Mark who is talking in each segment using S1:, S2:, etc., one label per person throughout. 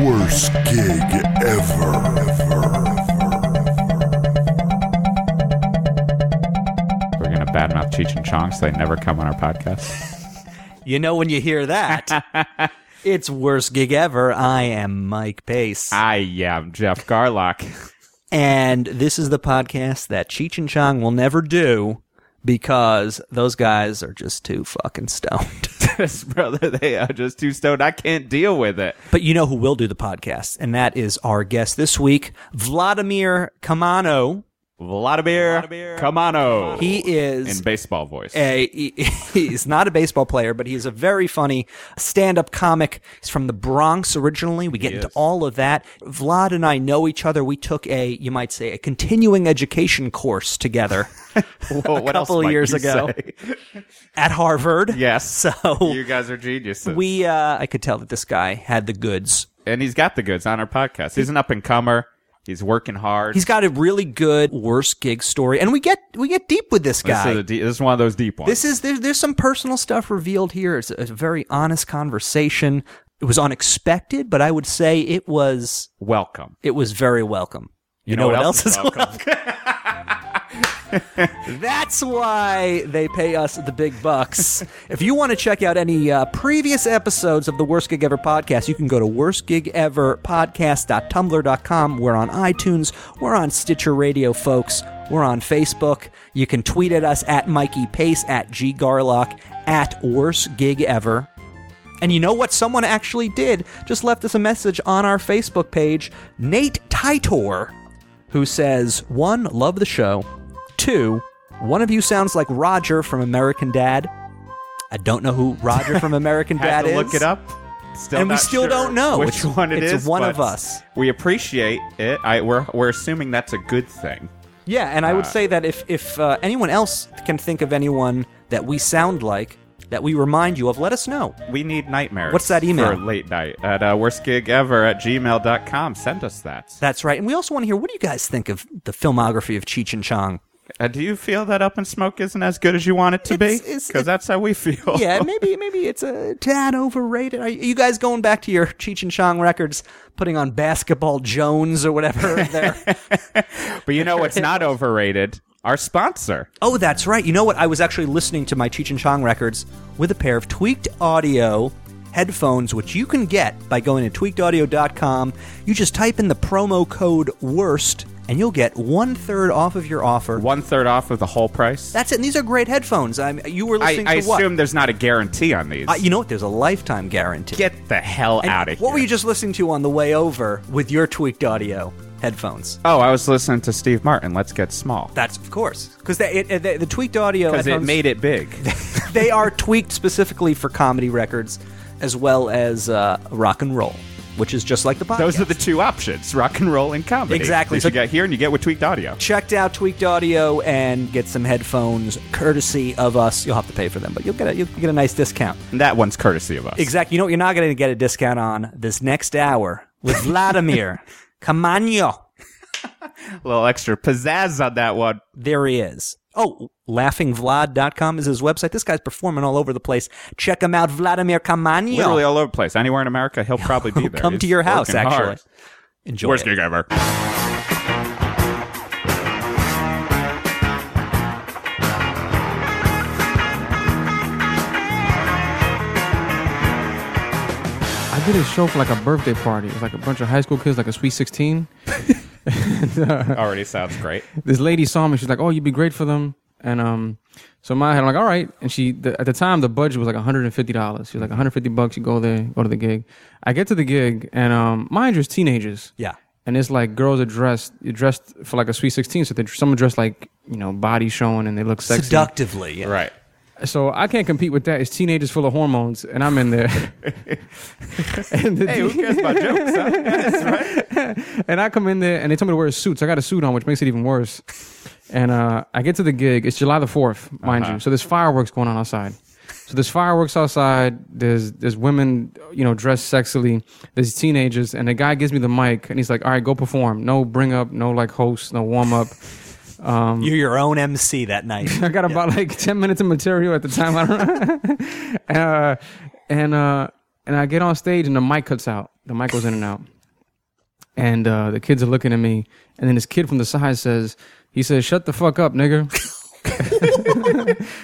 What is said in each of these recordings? S1: Worst gig ever.
S2: We're gonna badmouth Cheech and Chong so they never come on our podcast.
S3: You know, when you hear that, it's worst gig ever. I am Mike Pace.
S2: I am Jeff Garlock.
S3: And this is the podcast that Cheech and Chong will never do because those guys are just too fucking stoned.
S2: this brother, they are just too stoned. I can't deal with it.
S3: but you know who will do the podcast, and that is our guest this week, Vladimir Kamano.
S2: Vladimir, Kamano.
S3: He is
S2: in baseball voice.
S3: a he- he's not a baseball player, but he's a very funny stand-up comic. He's from the Bronx originally. We get into all of that. Vlad and I know each other. We took a you might say a continuing education course together
S2: Whoa,
S3: a couple
S2: might
S3: years
S2: you
S3: ago
S2: say?
S3: at Harvard.
S2: Yes.
S3: So
S2: you guys are geniuses.
S3: we uh, I could tell that this guy had the goods.
S2: and he's got the goods on our podcast. He's an up and comer. He's working hard.
S3: He's got a really good worst gig story, and we get we get deep with this
S2: this,
S3: guy.
S2: is a de- this is one of those deep ones.
S3: This is there, there's some personal stuff revealed here. It's a, it's a very honest conversation. It was unexpected, but I would say it was
S2: Welcome.
S3: it was very welcome. You, know, what else is welcome? That's why they pay us the big bucks. if you want to check out any uh, previous episodes of the Worst Gig Ever podcast, you can go to worstgigeverpodcast.tumblr.com. We're on iTunes. We're on Stitcher Radio, folks. We're on Facebook. You can tweet at us at Mikey Pace, at G Garlock, at Worst Gig Ever. And you know what? Someone actually did just left us a message on our Facebook page, Nate Titor, who says, One, love the show. Two, one of you sounds like Roger from American Dad. I don't know who Roger from American
S2: Had
S3: Dad
S2: to
S3: is.
S2: look it up. Still
S3: And we
S2: not
S3: still
S2: sure
S3: don't know.
S2: which
S3: It's-
S2: one it
S3: it's
S2: is,
S3: one
S2: but
S3: of us.
S2: We appreciate it. I, we're we're assuming that's a good thing.
S3: Yeah, and I would say that if if uh, anyone else can think of anyone that we sound like that we remind you of, let us know.
S2: We need nightmares.
S3: What's that email?
S2: for late night at uh, worstgigever at gmail.com. Send us that.
S3: That's right. And we also want to hear what do you guys think of the filmography of Cheech and Chong?
S2: Uh, do you feel that Up in Smoke isn't as good as you want it to
S3: It's-
S2: be?
S3: it's-
S2: Because that's how we feel.
S3: yeah, maybe maybe it's a tad overrated. Are you guys going back to your Cheech and Chong records, putting on Basketball Jones or whatever? There.
S2: But you know what's not overrated? Our sponsor.
S3: oh, that's right. You know what? I was actually listening to my Cheech and Chong records with a pair of Tweaked Audio headphones, which you can get by going to tweakedaudio.com. You just type in the promo code WORST, and you'll get one third off of your offer.
S2: One third off of the whole price.
S3: That's it. And these are great headphones. I'm, you were
S2: I,
S3: listening
S2: I
S3: to what?
S2: assume there's not a guarantee on these.
S3: Uh, you know what? There's a lifetime guarantee.
S2: Get the hell
S3: And
S2: out of here.
S3: What were you just listening to on the way over with your tweaked audio headphones?
S2: Oh, I was listening to Steve Martin. Let's get small.
S3: That's of course because the, the, the tweaked audio
S2: Because it
S3: headphones,
S2: made it big.
S3: they are tweaked specifically for comedy records as well as uh, rock and roll, which is just like the podcast.
S2: Those are the two options: rock and roll and comedy.
S3: Exactly.
S2: You
S3: So-
S2: get here and you get with tweaked audio.
S3: Checked out Tweaked Audio and get some headphones courtesy of us. You'll have to pay for them, but you'll get a, you'll get a nice discount.
S2: And that one's courtesy of us.
S3: Exactly. You know what? You're not going to get a discount on this next hour with Vladimir Kamano.
S2: A little extra pizzazz on that one.
S3: There he is. Oh, laughingvlad.com is his website. This guy's performing all over the place. Check him out, Vladimir Kamano.
S2: Literally all over the place. Anywhere in America, he'll probably be there.
S3: Come
S2: He's
S3: to your house,
S2: working
S3: actually.
S2: hard.
S3: Enjoy
S2: Worst
S3: it.
S2: gig ever.
S4: I did a show for like a birthday party. It was like a bunch of high school kids, like a sweet 16.
S2: Already sounds great.
S4: This lady saw me. She's like, "Oh, you'd be great for them." And um, so in my head, I'm like, "All right." And she, the, at the time, the budget was like 150 dollars. She was like, "150 bucks, you go there, go to the gig." I get to the gig, and um, mind you, it's teenagers.
S3: Yeah.
S4: And it's like girls are dressed, you're dressed for like a sweet 16. So they, some are dressed like you know, body showing, and they look sexy.
S3: Seductively. yeah.
S2: Right.
S4: So I can't compete with that. It's teenagers full of hormones, and I'm in there. and the
S2: Hey, who cares about jokes? Huh?
S4: And I come in there and they tell me to wear a suit. So I got a suit on, which makes it even worse. And uh, I get to the gig. It's July the 4th, mind you. So there's fireworks going on outside. So there's fireworks outside. There's there's women, you know, dressed sexily. There's teenagers, and the guy gives me the mic, and he's like, "All right, go perform. No bring up, no like host, no warm up."
S3: You're your own MC that night.
S4: I got about like ten minutes of material at the time. I don't know. uh, and uh, and I get on stage and the mic cuts out. The mic goes in and out. And uh, the kids are looking at me. And then this kid from the side says, he says, "Shut the fuck up, nigga."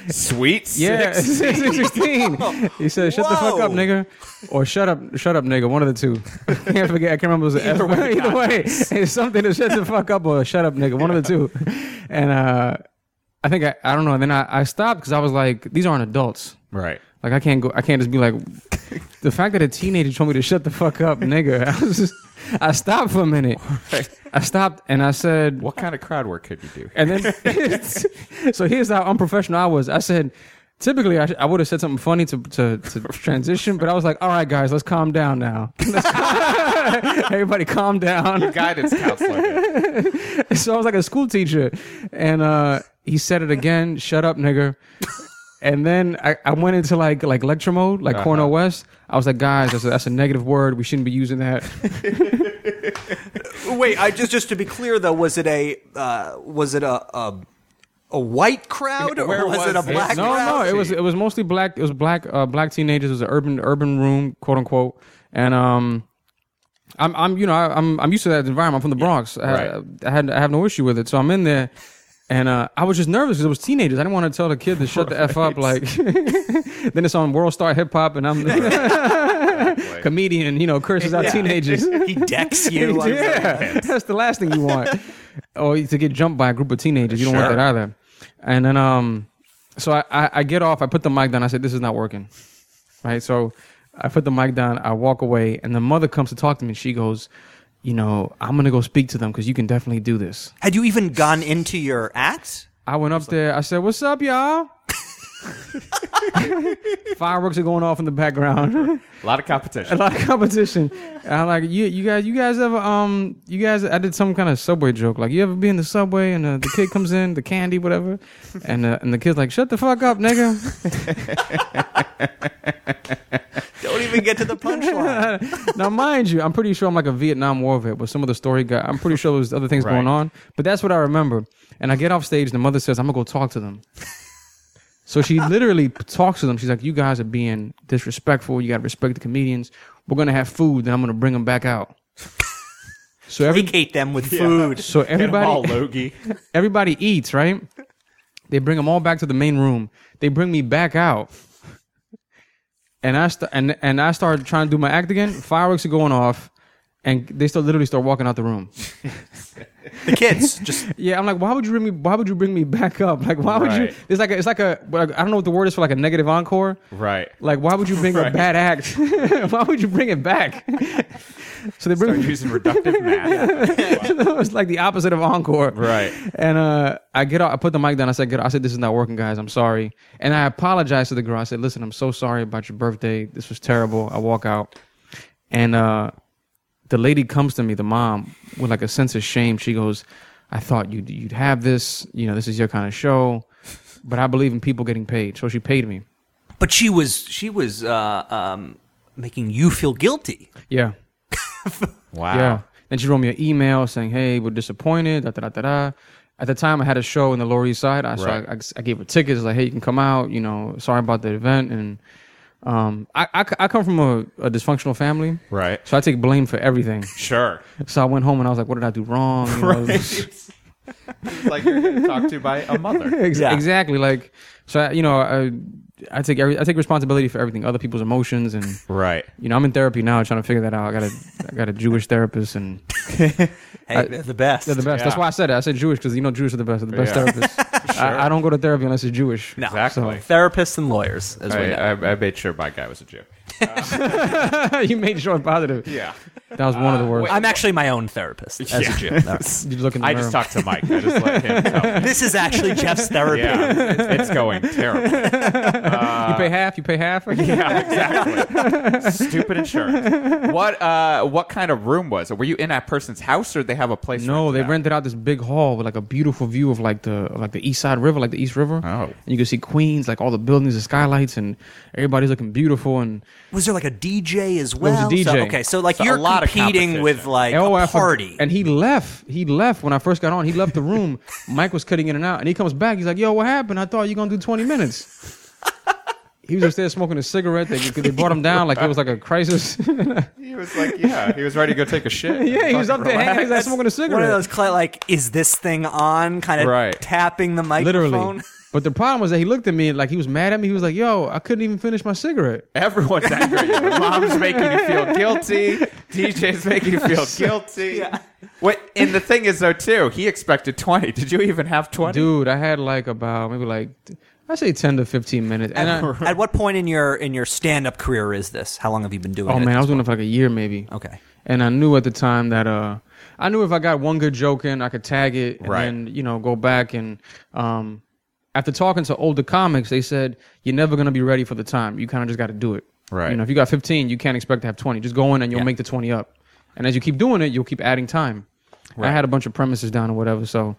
S5: Sweet.
S4: Yeah, six, sixteen. He says, "Shut the fuck up,
S3: Whoa.
S4: nigga," or "Shut up, shut up, nigga." One of the two. I can't forget. I can't remember. It was an either, way, either way, it's something to shut the fuck up or shut up, nigga. One of the two. And uh, I think I, I don't know. And then I, I stopped because I was like, these aren't adults.
S5: Right.
S4: Like I can't go. I can't just be like. The fact that a teenager told me to shut the fuck up, nigga. I was just. I stopped for a minute. I stopped and I said,
S2: What kind of crowd work could you do?
S4: and then, so here's how unprofessional I was. I said, typically I, sh- I would have said something funny to, to, to transition, but I was like, all right, guys, let's calm down now. Let's calm- Everybody calm down.
S2: Guidance counselor.
S4: So I was like a school teacher. And uh, he said it again, shut up, nigga. And then I, I went into like like lecture mode, like Cornell West. I was like, guys, that's a, that's a negative word. We shouldn't be using that.
S3: Wait, I just just to be clear though, was it a uh, was it a a, a white crowd or
S2: Where
S3: was, it a
S2: was it?
S3: black
S4: no,
S3: crowd?
S4: no, it was it was mostly black. It was black uh, black teenagers. It was an urban urban room, quote unquote. And um, I'm I'm you know I, I'm I'm used to that environment. I'm from the Bronx. I,
S2: right.
S4: I had I have no issue with it. So I'm in there, and uh, I was just nervous because it was teenagers. I didn't want to tell the kid to shut the f up. Like then it's on World Star Hip Hop, and I'm the comedian. You know, curses out
S3: Yeah.
S4: teenagers.
S3: He decks you. I'm sorry.
S4: Yeah, that's the last thing you want. or to get jumped by a group of teenagers. You don't want
S2: Sure.
S4: that either. And then, um, so I, I, I get off. I put the mic down. I said, "This is not working." Right. So I put the mic down. I walk away, and the mother comes to talk to me. She goes, "You know, I'm gonna go speak to them because you can definitely do this."
S3: Had you even gone into your act?
S4: I went up there. I said, "What's up, y'all?" Fireworks are going off in the background.
S2: A lot of competition.
S4: a lot of competition. And I'm like, you, you guys, you guys ever, um, you guys, I did some kind of subway joke. Like, you ever be in the subway and uh, the kid comes in, the candy, whatever, and uh, and the kid's like, shut the fuck up, nigga.
S3: Don't even get to the punchline.
S4: now, mind you, I'm pretty sure I'm like a Vietnam War vet, but some of the story got, I'm pretty sure there was other things
S2: Right.
S4: going on, but that's what I remember. And I get off stage, and the mother says, I'm gonna go talk to them. So she literally talks to them. She's like, "You guys are being disrespectful. You got to respect the comedians. We're gonna have food, and I'm gonna bring them back out." So every
S3: Placate them with food.
S4: So everybody,
S2: all Logie.
S4: everybody eats, right? They bring them all back to the main room. They bring me back out, and I st- and and I started trying to do my act again. Fireworks are going off, and they still literally start walking out the room.
S3: The kids just
S4: Yeah, I'm like, why would you bring me? Why would you bring me back up? Like, why would you?
S2: Right.
S4: It's like a, it's like a like, I don't know what the word is for like a negative encore.
S2: Right.
S4: Like, why would you bring a
S2: Right.
S4: bad act? why would you bring it back? so they bring
S2: Start using reductive math.
S4: it's like the opposite of encore.
S2: Right.
S4: And uh, I get out, I put the mic down. I said, "Good." I said, "This is not working, guys. I'm sorry." And I apologized to the girl. I said, "Listen, I'm so sorry about your birthday. This was terrible." I walk out, and uh, the lady comes to me, the mom, with like a sense of shame. She goes, "I thought you'd you'd have this. You know, this is your kind of show." But I believe in people getting paid, so she paid me.
S3: But she was she was uh, um, making you feel guilty.
S4: Yeah,
S2: Wow.
S4: Yeah. Then she wrote me an email saying, "Hey, we're disappointed." Da, da, da, da, da. At the time, I had a show in the Lower East Side. I, so I,
S2: Right.
S4: I, I gave her tickets. Like, hey, you can come out. You know, sorry about the event. And um, I, I, I come from a, a dysfunctional family,
S2: Right.
S4: So I take blame for everything.
S2: Sure.
S4: so I went home and I was like, "What did I do wrong?" You know, it was-
S2: like you're getting talked to by a mother.
S4: Ex-
S3: Yeah.
S4: Exactly. Like, so I, you know, I, I take every, I take responsibility for everything, other people's emotions and.
S2: Right.
S4: You know, I'm in therapy now, trying to figure that out. I got a, I got a Jewish therapist, and
S3: Hey, they're the best.
S4: They're the best. That's
S2: Yeah.
S4: why I said it. I said Jewish because you know Jews are the best. They're the best
S2: Yeah.
S4: therapists. I, I don't go to therapy unless it's Jewish.
S3: No.
S2: Exactly.
S3: Therapists and lawyers, as we
S2: I,
S3: know.
S2: I, I made sure my guy was a Jew.
S4: you made sure I'm positive.
S2: Yeah. Uh,
S4: That was one of the worst.
S3: I'm actually my own therapist. as a Jew. No.
S4: Did you look in the
S2: I
S4: mirror?
S2: just talked to Mike. I just let him tell me.
S3: This is actually Jeff's therapy.
S2: Yeah, it's, it's going terrible.
S4: You pay half. You pay half.
S2: Yeah, exactly. Stupid insurance. What uh, what kind of room was it? Were you in that person's house, or did they have a place?
S4: No, they
S2: out?
S4: rented out this big hall with like a beautiful view of like the of, like the East Side River, like the East River.
S2: Oh.
S4: and you can see Queens, like all the buildings, the skylights, and everybody's looking beautiful. And
S3: Was there like a DJ as well?
S4: DJ.
S3: So- okay, so like
S2: So a
S3: you're
S2: lot of
S3: competing with
S2: competition.
S3: like a
S4: LOF
S3: party.
S4: oh, And he left. He left when I first got on. He left the room. Mike was cutting in and out, and he comes back. He's like, "Yo, what happened? I thought you gonna do twenty minutes." he was upstairs smoking a cigarette. They, they brought him down like it was like a crisis.
S2: He was like, yeah, he was ready to go take a shit.
S4: yeah, he was up there hanging. He's like smoking a cigarette.
S3: One of those cla- like, is this thing on? Kind of
S2: Right.
S3: tapping the microphone.
S4: Literally. But the problem was that he looked at me like he was mad at me. He was like, "Yo, I couldn't even finish my cigarette."
S2: Everyone's angry. at you. Mom's making you feel guilty. DJ's making you feel guilty. Wait, and the thing is, though, too, he expected 20. Did you even have 20?
S4: Dude, I had like about maybe like I say ten to fifteen minutes. And I,
S3: At what point in your in your stand up career is this? How long have you been doing
S4: oh
S3: it?
S4: man, I was doing it for like a year maybe.
S3: Okay.
S4: And I knew at the time that uh I knew if I got one good joke in, I could tag it and
S2: Right.
S4: then, you know, go back and um after talking to older comics, they said you're never gonna be ready for the time. You kinda just gotta do it.
S2: Right.
S4: You know, if you got fifteen, you can't expect to have twenty. Just go in and you'll
S3: Yeah.
S4: make the twenty up. And as you keep doing it, you'll keep adding time. I had a bunch of premises down or whatever, so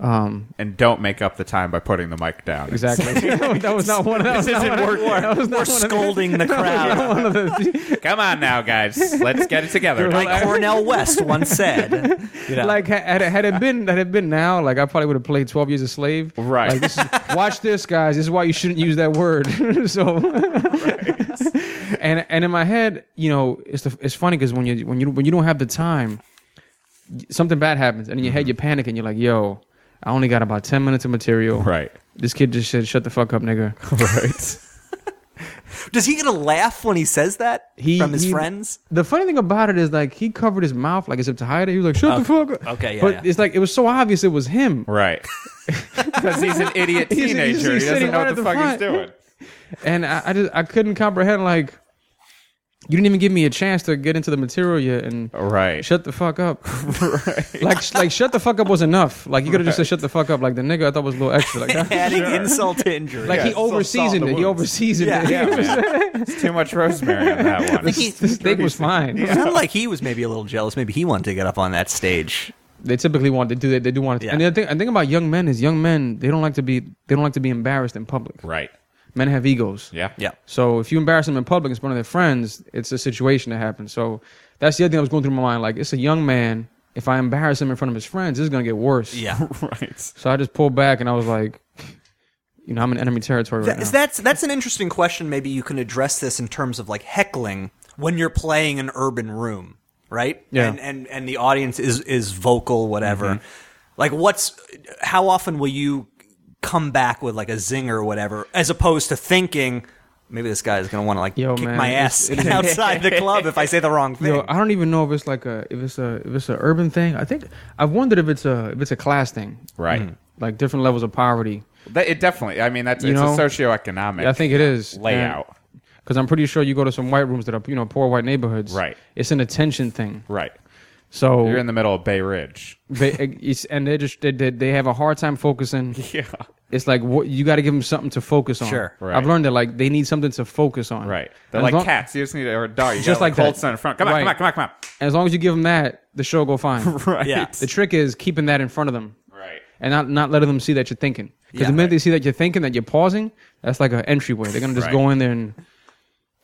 S4: um
S2: And don't make up the time by putting the mic down.
S4: Exactly. that was not one of those. That was not one of- that was
S3: We're
S4: not one of-
S3: scolding the crowd.
S4: one of the
S2: Come on now, guys. Let's get it together.
S3: like Cornell West once said. You know.
S4: like ha- had it, had it been had it been now, like I probably would have played Twelve Years a Slave.
S2: Right.
S4: Like, this is, watch this, guys. This is why you shouldn't use that word. so, and and in my head, you know, it's the, it's funny because when you when you when you don't have the time, something bad happens, and in
S3: Mm-hmm.
S4: your head you panic and you're like, yo. I only got about ten minutes of material.
S2: Right.
S4: This kid just said, "Shut the fuck up, nigga."
S2: Right.
S3: Does he get a laugh when he says that
S4: He-
S3: from his
S4: he-
S3: friends?
S4: The funny thing about it is like he covered his mouth like as if to hide it. He was like, "Shut the fuck." up."
S3: okay, yeah,
S4: But
S3: yeah.
S4: it's like it was so obvious it was him.
S2: Right. Because he's an idiot
S4: He's- he's-
S2: teenager.
S4: he's
S2: he doesn't
S4: sitting
S2: know
S4: right
S2: what
S4: at
S2: the
S4: the
S2: fuck he's
S4: front.
S2: doing.
S4: and I, I just I couldn't comprehend like you didn't even give me a chance to get into the material yet and
S2: Right.
S4: shut the fuck up like like shut the fuck up was enough like you could have just said shut the fuck up like the nigga I thought was a little extra like that-
S3: Adding insult to injury.
S4: like
S2: Yeah,
S4: he
S2: it's still salt in
S4: overseasoned
S2: the
S4: it he
S2: wounds.
S4: overseasoned
S3: Yeah.
S4: it
S2: yeah, man. It's too much rosemary on that one.
S3: Like he-
S4: the steak was fine
S3: It sounded like he was maybe a little jealous. Maybe he wanted to get up on that stage.
S4: they typically want to do that they do want to
S3: Yeah.
S4: and the thing, the thing about young men is young men they don't like to be they don't like to be embarrassed in public
S2: right.
S4: men have egos
S2: Yeah.
S3: Yeah.
S4: So if you embarrass them in public in front of their friends, it's a situation that happens. So that's the other thing that was going through my mind. Like it's a young man. If I embarrass him in front of his friends, it's gonna get worse.
S3: Yeah.
S2: Right.
S4: So I just pulled back and I was like, you know, I'm in enemy territory right
S3: That- is
S4: now.
S3: that's that's an interesting question. Maybe you can address this in terms of like heckling when you're playing an urban room, right?
S4: Yeah. Mm-hmm.
S3: And and, and the audience is is vocal, whatever. Like, what's how often will you come back with like a zinger or whatever, as opposed to thinking maybe this guy is going to want to like
S4: Yo,
S3: kick
S4: man,
S3: my
S4: it's-
S3: ass outside the club if I say the wrong thing.
S4: Yo, I don't even know if it's like a if it's a if it's an urban thing. I think I've wondered if it's a if it's a class thing,
S2: Right.
S4: like different levels of poverty.
S2: That, it definitely. I mean, that's
S4: You
S2: it's
S4: know,
S2: a socioeconomic.
S4: I think it is
S2: layout.
S4: Because I'm pretty sure you go to some white rooms that are you know poor white neighborhoods.
S2: Right.
S4: It's an attention thing.
S2: Right.
S4: So
S2: You're in the middle of Bay Ridge.
S4: they, eh, it's, and they just they, they, they have a hard time focusing.
S2: Yeah.
S4: It's like what, you got to give them something to focus on.
S3: Sure.
S2: Right.
S4: I've learned that like they need something to focus on.
S2: Right. They're
S4: And
S2: like
S4: as long-
S2: cats. You just need or a dog. You
S4: Just
S2: just like
S4: like that.
S2: hold sun in front. Come on,
S4: Right.
S2: come on, come on, come
S4: As long as you give them that, the show go fine.
S2: on. Right.
S3: Yeah.
S4: The trick is keeping that in front of them,
S2: Right.
S4: and not not letting them see that you're thinking. Because
S3: Yeah.
S4: the minute they see that you're thinking, that you're pausing, that's like an entryway. They're gonna just
S2: Right.
S4: go in there and.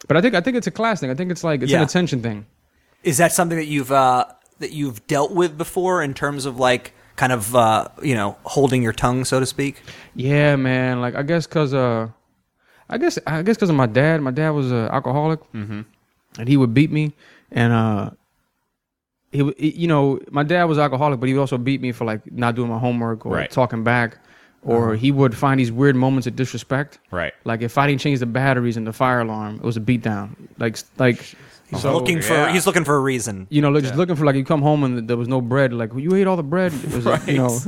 S4: But I think I think it's a class thing. I think it's like it's
S3: Yeah.
S4: an attention thing.
S3: Is that something that you've uh, that you've dealt with before in terms of like kind of uh, you know holding your tongue, so to speak?
S4: Yeah, man. Like I guess cause uh, I guess I guess cause of my dad. My dad was an alcoholic,
S2: Mm-hmm.
S4: and he would beat me, and uh, he, would- he you know my dad was alcoholic, but he would also beat me for like not doing my homework or
S2: Right. Uh-huh.
S4: talking back, or he would find these weird moments of disrespect.
S2: Right.
S4: Like if I didn't change the batteries in the fire alarm, it was a beatdown. Like like
S3: He's
S4: So-
S3: looking for
S2: Oh, yeah.
S3: he's looking for a reason.
S4: You know, like, just looking for like you come home and there was no bread. Like well, you ate all the bread. It was, like, You know,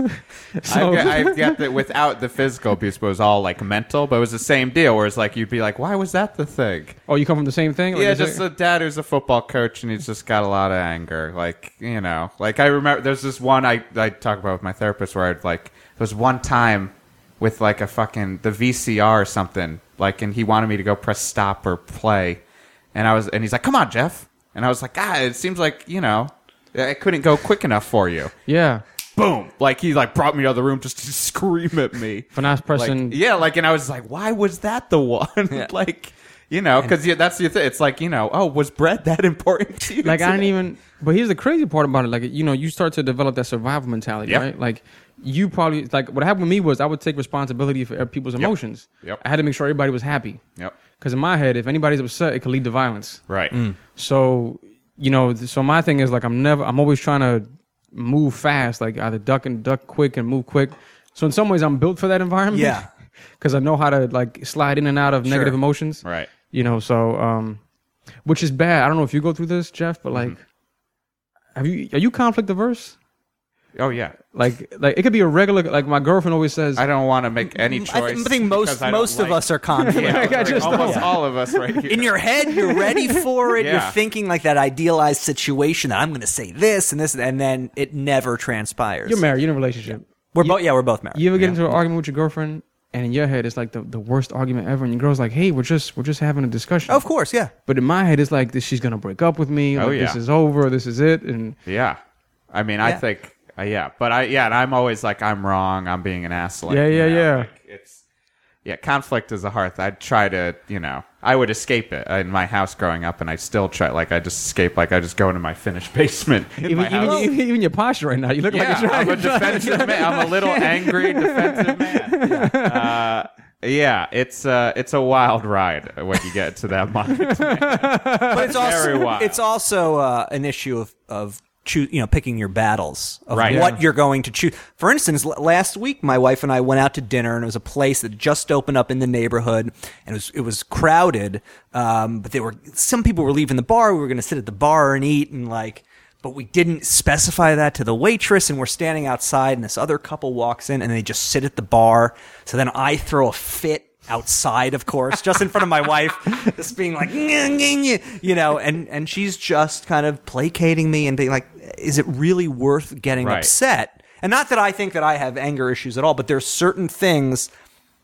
S4: so
S2: I, get, I get that without the physical abuse, but it was all like mental. But it was the same deal. Where it's like you'd be like, "Why was that the thing?"
S4: oh, you come from the same thing. Like,
S2: yeah,
S4: is it-
S2: just a dad who's a football coach and he's just got a lot of anger. Like, you know, like I remember there's this one I, I talk about with my therapist where I'd like, there was one time with like a fucking, the VCR or something, like, and he wanted me to go press stop or play. And I was, and he's like, come on, Jeff. And I was like, ah, it seems like, you know, I couldn't go quick enough for you.
S4: yeah.
S2: Boom. Like, he like brought me out of the room just to scream at me.
S4: For not pressing.
S2: Like, yeah, like, and I was like, why was that the one? like, you know, because yeah, that's the thing. It's like, you know, oh, was bread that important to you?
S4: like I didn't
S2: today?
S4: even. But here's the crazy part about it. Like you know, you start to develop that survival mentality,
S2: Yep.
S4: right? Like you probably like what happened with me was I would take responsibility for uh, people's emotions.
S2: Yep.
S4: I had to make sure everybody was happy.
S2: Yep.
S4: Because in my head, if anybody's upset, it could lead to violence.
S2: Right.
S3: Mm.
S4: So you know, th- so my thing is like I'm never. I'm always trying to move fast, like either duck and duck quick and move quick. So in some ways, I'm built for that environment.
S3: Yeah.
S4: Because I know how to like slide in and out of negative emotions
S2: Right.
S4: you know so um which is bad i don't know if you go through this jeff but like
S2: Mm-hmm.
S4: have you are you conflict averse
S2: Oh, yeah.
S4: like like it could be a regular like my girlfriend always says
S2: I don't want to make any
S3: Mm, I,
S2: choice.
S3: th- I think most
S2: because I don't
S3: most of
S2: like-
S3: us are conflict.
S2: Yeah,
S4: Like, I
S2: like,
S4: just
S2: almost
S4: don't.
S2: all of us right here.
S3: in your head you're ready for it you're
S2: Yeah.
S3: thinking like that idealized situation that i'm going to say this and this and then it never transpires
S4: you're married you're in a relationship
S3: we're both yeah we're both married
S4: you ever get into an argument with your girlfriend and in your head it's like the, the worst argument ever and your girl's like hey we're just we're just having a discussion
S3: of course yeah
S4: but in my head it's like this, she's gonna break up with me
S2: Oh,
S4: like,
S2: yeah.
S4: this is over this is it and
S2: yeah. I mean,
S3: Yeah.
S2: I think, uh, yeah. But I, yeah, and I'm always like, I'm wrong. I'm being an ass. Like,
S4: Yeah, yeah,
S2: you know,
S4: yeah.
S2: like, it's, yeah, conflict is a hearth. I'd try to, you know, I would escape it uh, in my house growing up, and I still try, like, I just escape, like, I just go into my finished basement. in
S4: even,
S2: my
S4: even,
S2: house.
S4: even, even your posture right now you look like
S2: yeah,
S4: a trying,
S2: I'm a defensive man. I'm a little angry defensive man. Yeah, uh, yeah it's uh, it's a wild ride when you get to that mind.
S3: but it's
S2: Very
S3: also
S2: wild.
S3: it's also uh, an issue of of choo- you know picking your battles of
S2: Right.
S3: what
S4: Yeah.
S3: you're going to choose for instance l- last week my wife and I went out to dinner and it was a place that just opened up in the neighborhood and it was it was crowded um, but there were some people were leaving the bar we were going to sit at the bar and eat and like but we didn't specify that to the waitress and we're standing outside and this other couple walks in and they just sit at the bar so then I throw a fit outside, of course, just in front of my wife, just being like, "Nyeh, nyeh, nyeh," you know, and and she's just kind of placating me and being like, "Is it really worth getting
S2: Right.
S3: upset?" And not that I think that I have anger issues at all, but there's certain things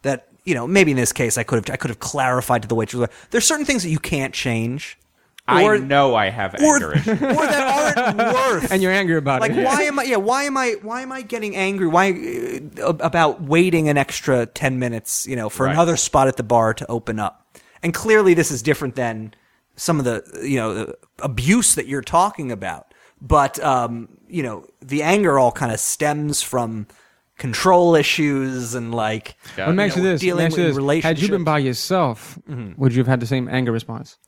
S3: that you know, maybe in this case, I could have I could have clarified to the waitress. like, There's certain things that you can't change,
S2: I know I have
S3: or,
S2: anger
S3: or
S2: issues.
S3: that aren't worth
S4: and you're angry about
S3: like
S4: it
S3: why am I? Yeah, why am I? Why am I getting angry? Why uh, ab- about waiting an extra ten minutes? You know, for
S2: Right.
S3: another spot at the bar to open up. And clearly, this is different than some of the you know the abuse that you're talking about. But um, you know, the anger all kind of stems from control issues and like
S2: Yeah.
S4: Let me
S2: you
S4: ask you
S3: know,
S4: this. Let me
S3: dealing
S4: ask you
S3: with
S4: this. Had you been
S3: relationships. Mm-hmm.
S4: by yourself, would you have had the same anger response?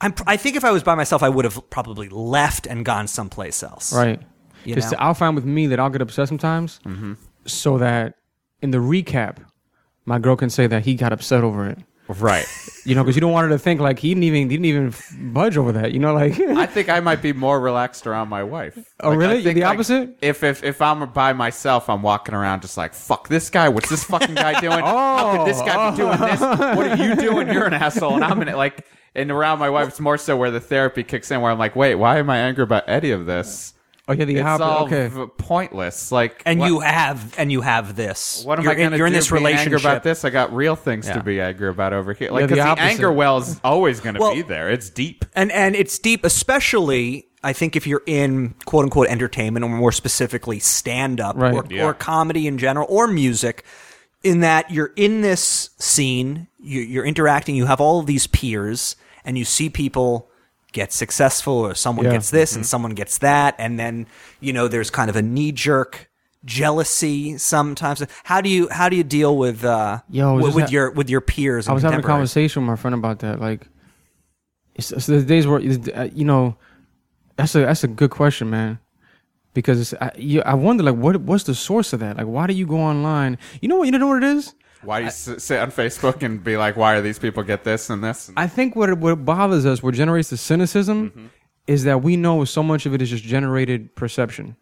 S3: I'm, pr- I think if I was by myself, I would have probably left and gone someplace else.
S4: Right.
S3: You
S4: Because
S3: know? Mm-hmm.
S4: I'll find with me that I'll get upset sometimes, so that in the recap, my girl can say that he got upset over it.
S2: Right.
S4: You know, because you don't want her to think like he didn't even he didn't even f- budge over that. You know, like
S2: I think I might be more relaxed around my wife.
S4: Oh,
S2: Like, I
S4: really?
S2: think,
S4: The
S2: like,
S4: opposite?
S2: If, if if I'm by myself, I'm walking around just like fuck this guy. What's this fucking guy doing? How could this guy
S4: Oh.
S2: be doing this? What are you doing? You're an asshole. And I'm in it like and around my wife. It's more so where the therapy kicks in, where I'm like, wait, why am I angry about any of this?
S4: oh yeah, the
S2: It's
S4: opposite.
S2: all
S4: okay.
S2: v- pointless. Like
S3: And
S2: what-
S3: you have and you have this.
S2: What am
S3: you're
S2: I going to
S3: in,
S2: do?
S3: You're in this
S2: being angry
S3: relationship
S2: about this. I got real things
S3: Yeah.
S2: to be angry about over here. Like 'cause
S4: the
S2: the,
S4: opposite.
S2: anger well's always going to
S3: Well-
S2: be there. It's deep.
S3: and and it's deep especially i think if you're in quote unquote entertainment or more specifically stand up
S4: Right.
S3: or,
S2: Yeah.
S3: or comedy in general or music in that you're in this scene you, you're interacting you have all of these peers and you see people get successful or someone
S4: Yeah.
S3: gets this and someone gets that and then you know there's kind of a knee jerk jealousy sometimes how do you how do you deal with uh
S4: Yo, I was
S3: with,
S4: just
S3: with
S4: ha-
S3: your with your peers
S4: I was having a
S3: conversation.
S4: conversation with my friend about that. Like, it's, it's the days where it's, uh, you know, that's a that's a good question, man. Because it's, I, you, I wonder, like, what what's the source of that? Like, why do you go online? You know what? You know what it is?
S2: Why you s- sit on Facebook and be like, why are these people get this and this? And
S4: I think what what bothers us, what generates the cynicism,
S2: Mm-hmm.
S4: is that we know so much of it is just generated perception.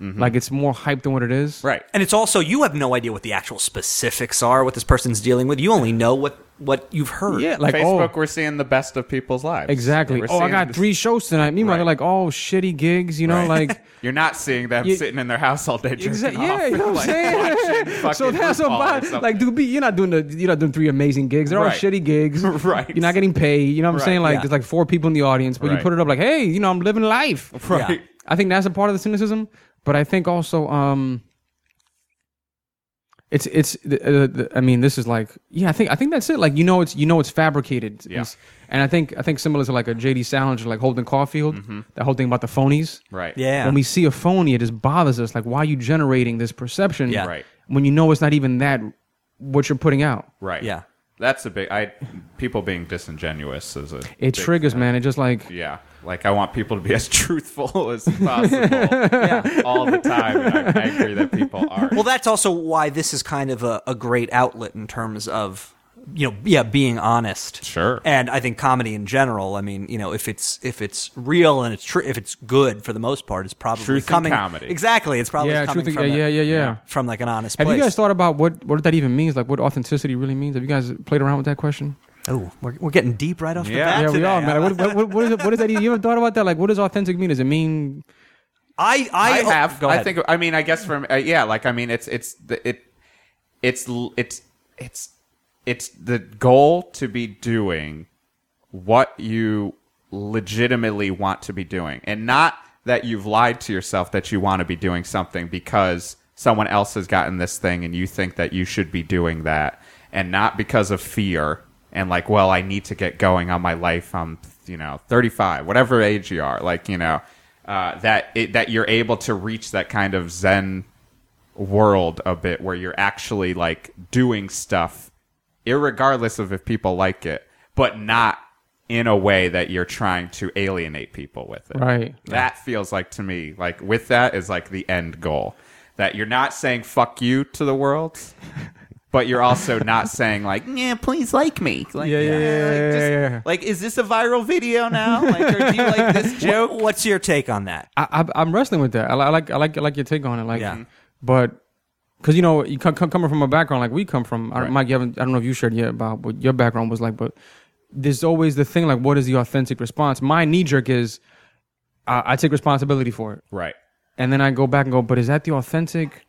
S4: Like it's more hype than what it is.
S2: Mm-hmm. right.
S3: And it's also you have no idea what the actual specifics are, what this person's dealing with. You only know what what you've heard.
S4: Yeah, like
S2: Facebook,
S4: oh,
S2: we're seeing the best of people's lives.
S4: exactly.
S2: We're
S4: Oh, I
S2: seeing
S4: got
S2: this-
S4: three shows tonight. Meanwhile, they're
S2: Right.
S4: like, oh, shitty gigs. You know, like.
S2: You're not seeing them
S4: You-
S2: sitting in their house all day drinking
S4: Exactly.
S2: off
S4: Yeah, you know what I'm
S2: watching
S4: saying.
S2: fucking
S4: so that's
S2: football or
S4: about
S2: something.
S4: like, dude, be, you're not doing the you're not doing three amazing gigs. They're all
S2: Right.
S4: shitty gigs.
S2: Right.
S4: You're not getting paid. You know what I'm
S2: Right.
S4: saying? Like,
S3: Yeah.
S4: there's like four people in the audience, but you
S2: Right.
S4: put it up like, hey, you know, I'm living life.
S2: right.
S3: Yeah.
S4: I think that's a part of the cynicism, but I think also, um, it's it's. the- Uh, the, I mean, this is like, yeah, I think I think that's it. Like, you know, it's you know, it's fabricated.
S2: Yeah.
S4: It's- and I think I think similar to like a J.D. Salinger, like Holden Caulfield, that whole thing about the phonies.
S2: Mm-hmm. Right.
S3: Yeah.
S4: When we see a phony, it just bothers us. Like, why are you generating this perception?
S3: Yeah.
S2: Right.
S4: When you know it's not even that what you're putting out.
S2: Right.
S3: Yeah.
S2: That's a big. I people being disingenuous is a.
S4: It triggers, man. It just like
S2: Yeah. Like I want people to be as truthful as possible all the time. And I, I agree that people are.
S3: Well, that's also why this is kind of a, a great outlet in terms of you know yeah being honest.
S2: Sure.
S3: And I think comedy in general. I mean, you know, if it's if it's real and it's true, if it's good for the most part, it's probably
S2: Truth in
S3: coming
S2: comedy.
S3: Exactly. It's probably
S4: yeah,
S3: coming
S4: truth. Yeah,
S3: from a-
S4: yeah, yeah, yeah.
S3: from like an honest
S4: Have
S3: place.
S4: you guys thought about what what that even means? Like what authenticity really means? Have you guys played around with that question?
S3: oh, we're, we're getting deep right off the
S2: Yeah.
S3: bat.
S4: yeah, we
S3: today.
S4: are, man. What, what, what, what, is, what is that? You ever thought about that? Like, what does authentic mean? Does it mean?
S3: I I, oh,
S2: I have.
S3: Go
S2: I
S3: ahead.
S2: think. I mean, I guess from uh, yeah, like I mean, it's it's the, it it's l- it's it's it's the goal to be doing what you legitimately want to be doing, and not that you've lied to yourself that you want to be doing something because someone else has gotten this thing and you think that you should be doing that, and not because of fear and like, well, I need to get going on my life. I'm you know 35, whatever age you are, like you know. Uh, that it, that you're able to reach that kind of Zen world a bit where you're actually like doing stuff irregardless of if people like it but not in a way that you're trying to alienate people with it
S4: Right.
S2: that feels like to me like with that is like the end goal that you're not saying fuck you to the world but you're also not saying like yeah please like me like
S4: Yeah, yeah, yeah,
S2: like, just-
S4: yeah, yeah.
S2: like is this a viral video now like or do you like this joke
S3: What's your take on that?
S4: I, I, I'm wrestling with that. I, li- I like I like I like your take on it. Like,
S3: Yeah.
S4: but because you know you come, come, coming from a background like we come from. I, don't Mike, you haven't, I don't know if you shared yet about what your background was like, but there's always the thing like, what is the authentic response? My knee jerk is, I, I take responsibility for it,
S2: right
S4: and then I go back and go, but is that the authentic?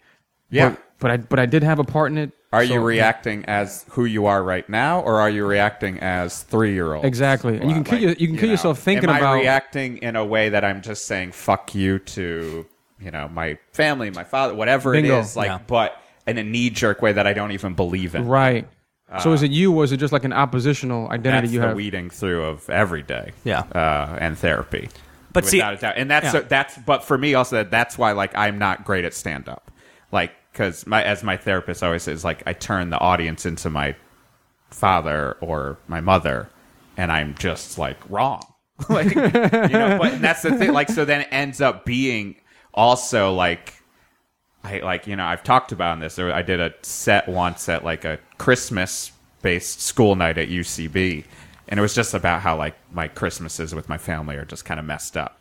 S2: yeah
S4: But, but I but I did have a part in it.
S2: Are
S4: so-
S2: you reacting as who you are right now, or are you reacting as three year old?
S4: Exactly. And you can kill your- you can kill yourself thinking
S2: am I
S4: about-
S2: reacting in a way that I'm just saying "fuck you" to you know my family, my father, whatever
S4: Bingo.
S2: it is, like,
S3: Yeah.
S2: but in a knee jerk way that I don't even believe in.
S4: Right. so is it you, or is it just like an oppositional identity
S2: Uh. That's
S4: you
S2: the
S4: have?
S2: weeding through of every day.
S3: Yeah.
S2: uh, and therapy.
S3: But
S2: without
S3: see-
S2: a doubt, and that's
S3: yeah.
S2: that's. But for me, also that's why like I'm not great at stand up, like because my as my therapist always says, like I turn the audience into my father or my mother, and I'm just like wrong. like you know, but and that's the thing. Like so, then it ends up being also like I like you know I've talked about this. There- I did a set once at like a Christmas based school night at UCB, and it was just about how like my Christmases with my family are just kind of messed up.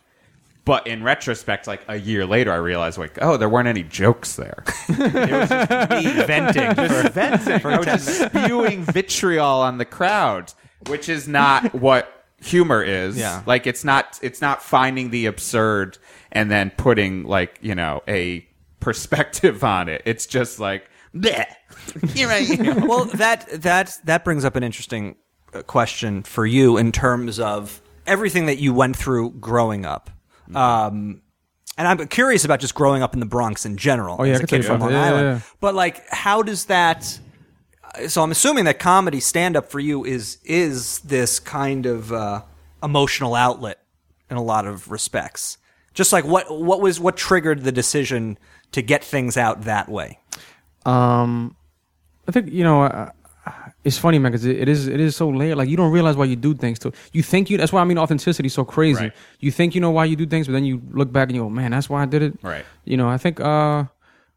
S2: But in retrospect, like a year later, I realized like oh there weren't any jokes there. it was just me venting, just venting. I was just spewing vitriol on the crowd, which is not what humor is
S3: Yeah.
S2: like it's not it's not finding the absurd and then putting like you know a perspective on it it's just like bleh. Here I am.
S3: well, that that that brings up an interesting uh, question for you in terms of everything that you went through growing up.
S4: Mm-hmm.
S3: Um, and I'm curious about just growing up in the Bronx in general.
S4: Oh, yeah,
S3: as
S4: I
S3: a
S4: can tell
S3: kid
S4: you
S3: from Long
S4: about that. Yeah,
S3: Island.
S4: yeah, yeah.
S3: But like, how does that? uh, So I'm assuming that comedy stand up for you is is this kind of uh, emotional outlet in a lot of respects. Just like what what was what triggered the decision to get things out that way?
S4: Um, I think you know. I, I- it's funny, man, because it, it is it is so layered. Like you don't realize why you do things. To you think you. That's why I mean authenticity is so crazy.
S2: Right.
S4: You think you know why you do things, but then you look back and you go, man, that's why I did it.
S2: Right.
S4: You know, I think uh,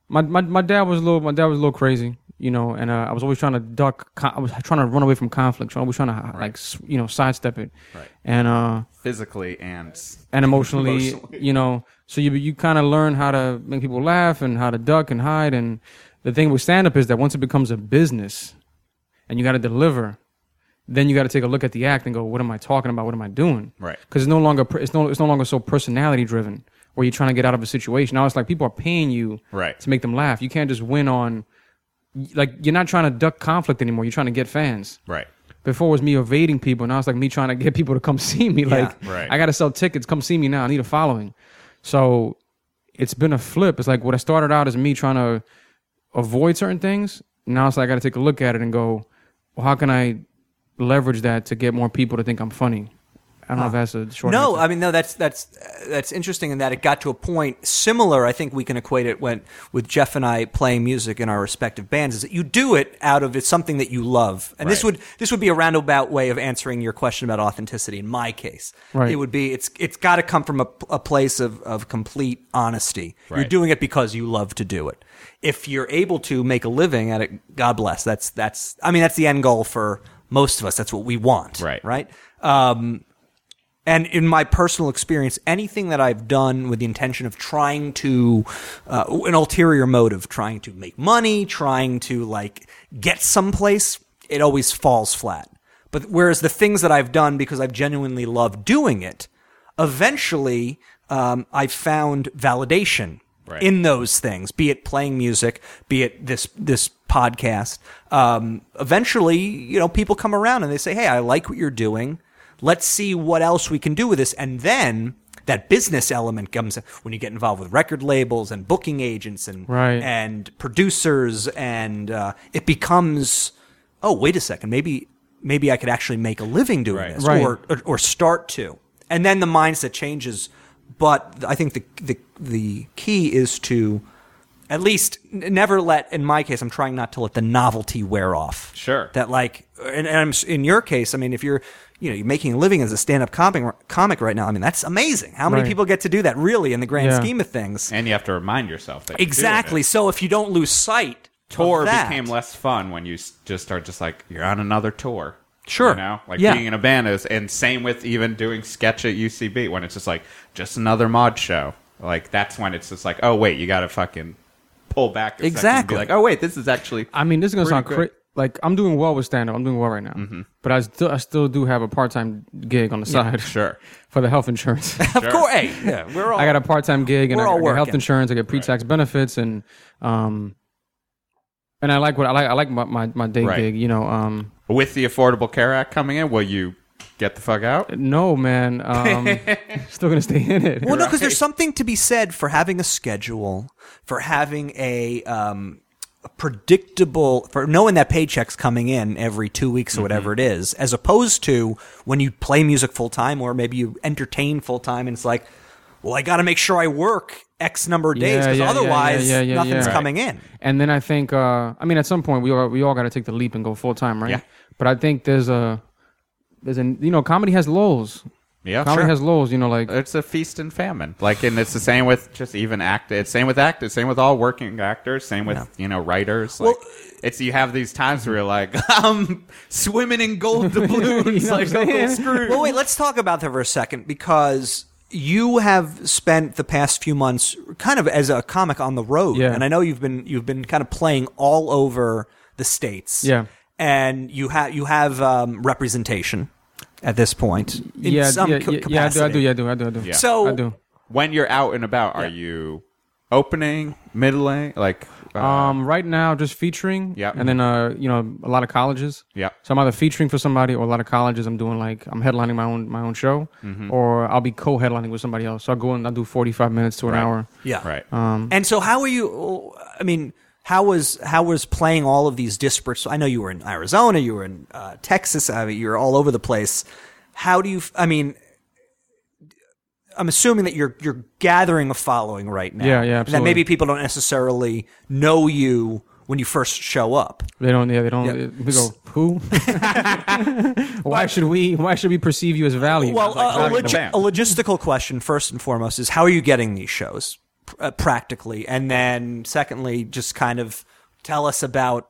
S4: my my my dad was a little my dad was a little crazy. you know, and uh, I was always trying to duck. Con- I was trying to run away from conflict. So I was trying to like like s- you know sidestep it,
S2: Right.
S4: and uh,
S2: physically and
S4: and emotionally,
S2: Emotionally.
S4: you know. So you you kind of learn how to make people laugh and how to duck and hide. And the thing with stand up is that once it becomes a business, and you got to deliver, then you got to take a look at the act and go, what am I talking about? What am I doing?
S2: Right.
S4: Because it's no longer per- it's no it's no longer so personality driven where you're trying to get out of a situation. Now it's like people are paying you
S2: Right.
S4: to make them laugh. You can't just win on like you're not trying to duck conflict anymore. You're trying to get fans.
S2: right.
S4: Before it was me evading people, now it's like me trying to get people to come see me. Like
S2: Right.
S4: I got to sell tickets. Come see me now. I need a following. So it's been a flip. It's like what I started out as me trying to avoid certain things. Now it's like I got to take a look at it and go, well, how can I leverage that to get more people to think I'm funny? I don't know if that's a short.
S3: No,
S4: answer.
S3: I mean no. That's that's uh, that's interesting in that it got to a point similar. I think we can equate it when with Jeff and I playing music in our respective bands is that you do it out of it's something that you love, and this
S2: Right.
S3: would this would be a roundabout way of answering your question about authenticity. In my case,
S4: Right.
S3: it would be it's it's got to come from a, a place of of complete honesty. You're
S2: Right.
S3: doing it because you love to do it. If you're able to make a living at it, God bless. That's that's I mean that's the end goal for most of us. That's what we want.
S2: Right.
S3: Right. Um, and in my personal experience, anything that I've done with the intention of trying to, uh, an ulterior motive, trying to make money, trying to like get someplace, it always falls flat. But whereas the things that I've done because I've genuinely loved doing it, eventually um, I found validation
S2: Right.
S3: in those things, be it playing music, be it this this podcast. Um, eventually, you know, people come around and they say, "Hey, I like what you're doing. Let's see what else we can do with this." And then that business element comes in when you get involved with record labels and booking agents and
S4: Right.
S3: and producers, and uh, it becomes, "Oh, wait a second, maybe." Maybe I could actually make a living doing
S2: Right.
S3: this,
S4: Right.
S3: Or, or or start to, and then the mindset changes. But I think the the the key is to at least n- never let. In my case, I'm trying not to let the novelty wear off.
S2: Sure.
S3: That like, and, and I'm s- in your case. I mean, if you're you know you're making a living as a stand up comic comic right now. I mean, that's amazing. How many
S4: Right.
S3: people get to do that really in the grand
S4: Yeah.
S3: scheme of things?
S2: And you have to remind yourself that you're doing
S3: Exactly.
S2: it.
S3: So if you don't lose sight, of
S2: Tour
S3: that-
S2: became less fun when you s- just start just like you're on another tour.
S3: Sure.
S2: You know, like
S4: Yeah.
S2: being in a band is, and same with even doing sketch at UCB when it's just like just another mod show. Like that's when it's just like, oh wait, you got to fucking pull back. A second and
S3: Exactly.
S2: Be like, oh wait, this is actually.
S4: I mean, this is gonna
S2: Pretty Mm-hmm.
S4: sound cra-
S2: good.
S4: like I'm doing well with stand up. I'm doing well right now, but I still I still do have a part time gig on the side
S2: sure.
S4: for the health insurance.
S3: Of course, hey, yeah, we're all.
S4: I got a part time gig and
S3: We're
S4: I,
S3: all
S4: I get health
S3: working.
S4: insurance. I get pre tax benefits and um, and I like what I like. I like my my, my day
S2: Right.
S4: gig. You know, um,
S2: With the Affordable Care Act coming in, will you get the fuck out?
S4: no man, um, still gonna stay in it.
S3: Well, no, because there's something to be said for having a schedule, for having a, um, a predictable, for knowing that paycheck's coming in every two weeks
S4: Mm-hmm.
S3: or whatever it is, as opposed to when you play music full time or maybe you entertain full time and it's like, well, I got to make sure I work X number of days
S4: Yeah,
S3: because
S4: yeah, yeah,
S3: otherwise
S4: yeah, yeah, yeah,
S3: nothing's
S4: yeah.
S3: coming in.
S4: And then I think, uh, I mean, at some point we all we all got to take the leap and go full time, right?
S2: Yeah.
S4: But I think there's a there's an you know comedy has lows.
S2: Yeah,
S4: comedy
S2: sure.
S4: has lows. You know, like
S2: it's a feast and famine. Like, and it's the same with just even act. It's same with actors. Same with all working actors. Same with you know writers. Like, it's you have these times where you're like, um, I'm swimming in gold doubloons,
S4: know what
S2: like
S4: I'm
S2: Uncle
S4: saying?
S2: Scrooge.
S3: Well, wait, let's talk about that for a second because you have spent the past few months kind of as a comic on the road,
S4: Yeah.
S3: and I know you've been you've been kind of playing all over the states,
S4: Yeah.
S3: and you have you have um, representation at this point in
S4: yeah,
S3: some
S4: yeah,
S3: ca-
S4: yeah,
S3: capacity.
S4: yeah, I do, I do, yeah, I do, I do, I do.
S2: Yeah.
S3: So
S4: I do.
S2: When you're out and about, are you opening, middling, like? Uh,
S4: Um, right now, just featuring.
S2: Yeah.
S4: And then, uh, you know, a lot of colleges.
S2: Yeah.
S4: So I'm either featuring for somebody or a lot of colleges. I'm doing like I'm headlining my own my own show,
S2: Mm-hmm.
S4: or I'll be co-headlining with somebody else. So I go and I do 45 minutes to an
S2: Right.
S4: hour.
S3: yeah,
S2: right.
S3: And so, how are you? I mean, how was how was playing all of these disparate? So I know you were in Arizona, you were in uh, Texas, I mean, you were all over the place. How do you? I mean, I'm assuming that you're you're gathering a following right now.
S4: Yeah, yeah,
S3: And That
S4: absolutely.
S3: maybe people don't necessarily know you when you first show up.
S4: They don't. Yeah. They don't.
S3: Yeah.
S4: We go who? why should we? Why should we perceive you as value?
S3: Well,
S2: how
S3: uh, a,
S2: do you
S3: logi-
S2: know?
S3: a logistical question first and foremost is how are you getting these shows pr- uh, practically, and then secondly, just kind of tell us about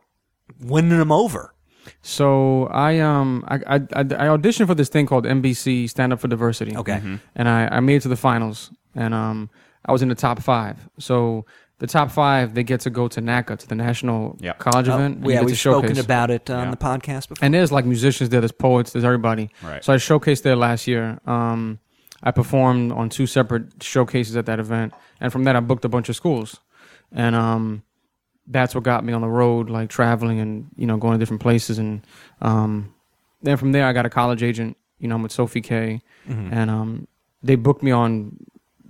S3: winning them over.
S4: So I um I, I, I I auditioned for this thing called NBC Stand Up for Diversity.
S3: Okay. Mhm.
S4: And I, I made it to the finals and um I was in the top five. So the top five they get to go to NACA to the National
S2: Yep.
S4: College
S3: Oh,
S4: event. and you
S3: yeah,
S4: get to
S3: we've spoken
S4: showcase.
S3: about it on
S2: Yeah.
S3: the podcast before.
S4: And there's like musicians there, there's poets, there's everybody.
S2: Right.
S4: So I showcased there last year. Um, I performed on two separate showcases at that event, and from that I booked a bunch of schools, and um, that's what got me on the road, like traveling and you know going to different places, and um, then from there I got a college agent. You know, I'm with Sophie K,
S3: Mm-hmm.
S4: and um, they booked me on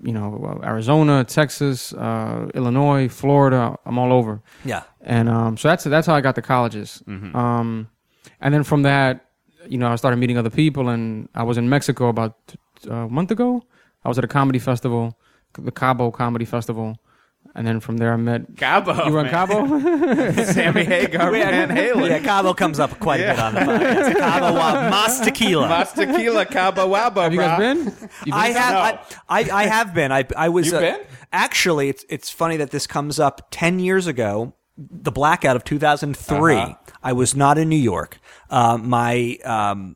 S4: you know Arizona, Texas, uh, Illinois, Florida. I'm all over
S3: yeah.
S4: and um, so that's that's how I got to colleges.
S2: Mm-hmm.
S4: Um, and then from that, you know, I started meeting other people, and I was in Mexico about uh, a month ago. I was at a comedy festival, the Cabo Comedy Festival, and then from there I met.
S2: Cabo.
S4: you were in
S2: man.
S4: Cabo?
S2: Sammy Hagar, Van Halen.
S3: Yeah, Cabo comes up quite a bit on the podcast. Cabo uh, Mas Tequila.
S2: Mas tequila, Cabo Wabo.
S4: Have you guys
S2: brah.
S4: been? You
S3: I
S4: been?
S3: have. I, I, I have been. I I was. uh,
S2: You've been?
S3: Actually, it's it's funny that this comes up ten years ago. The blackout of two
S2: Uh-huh.
S3: I was not in New York. Uh, my um,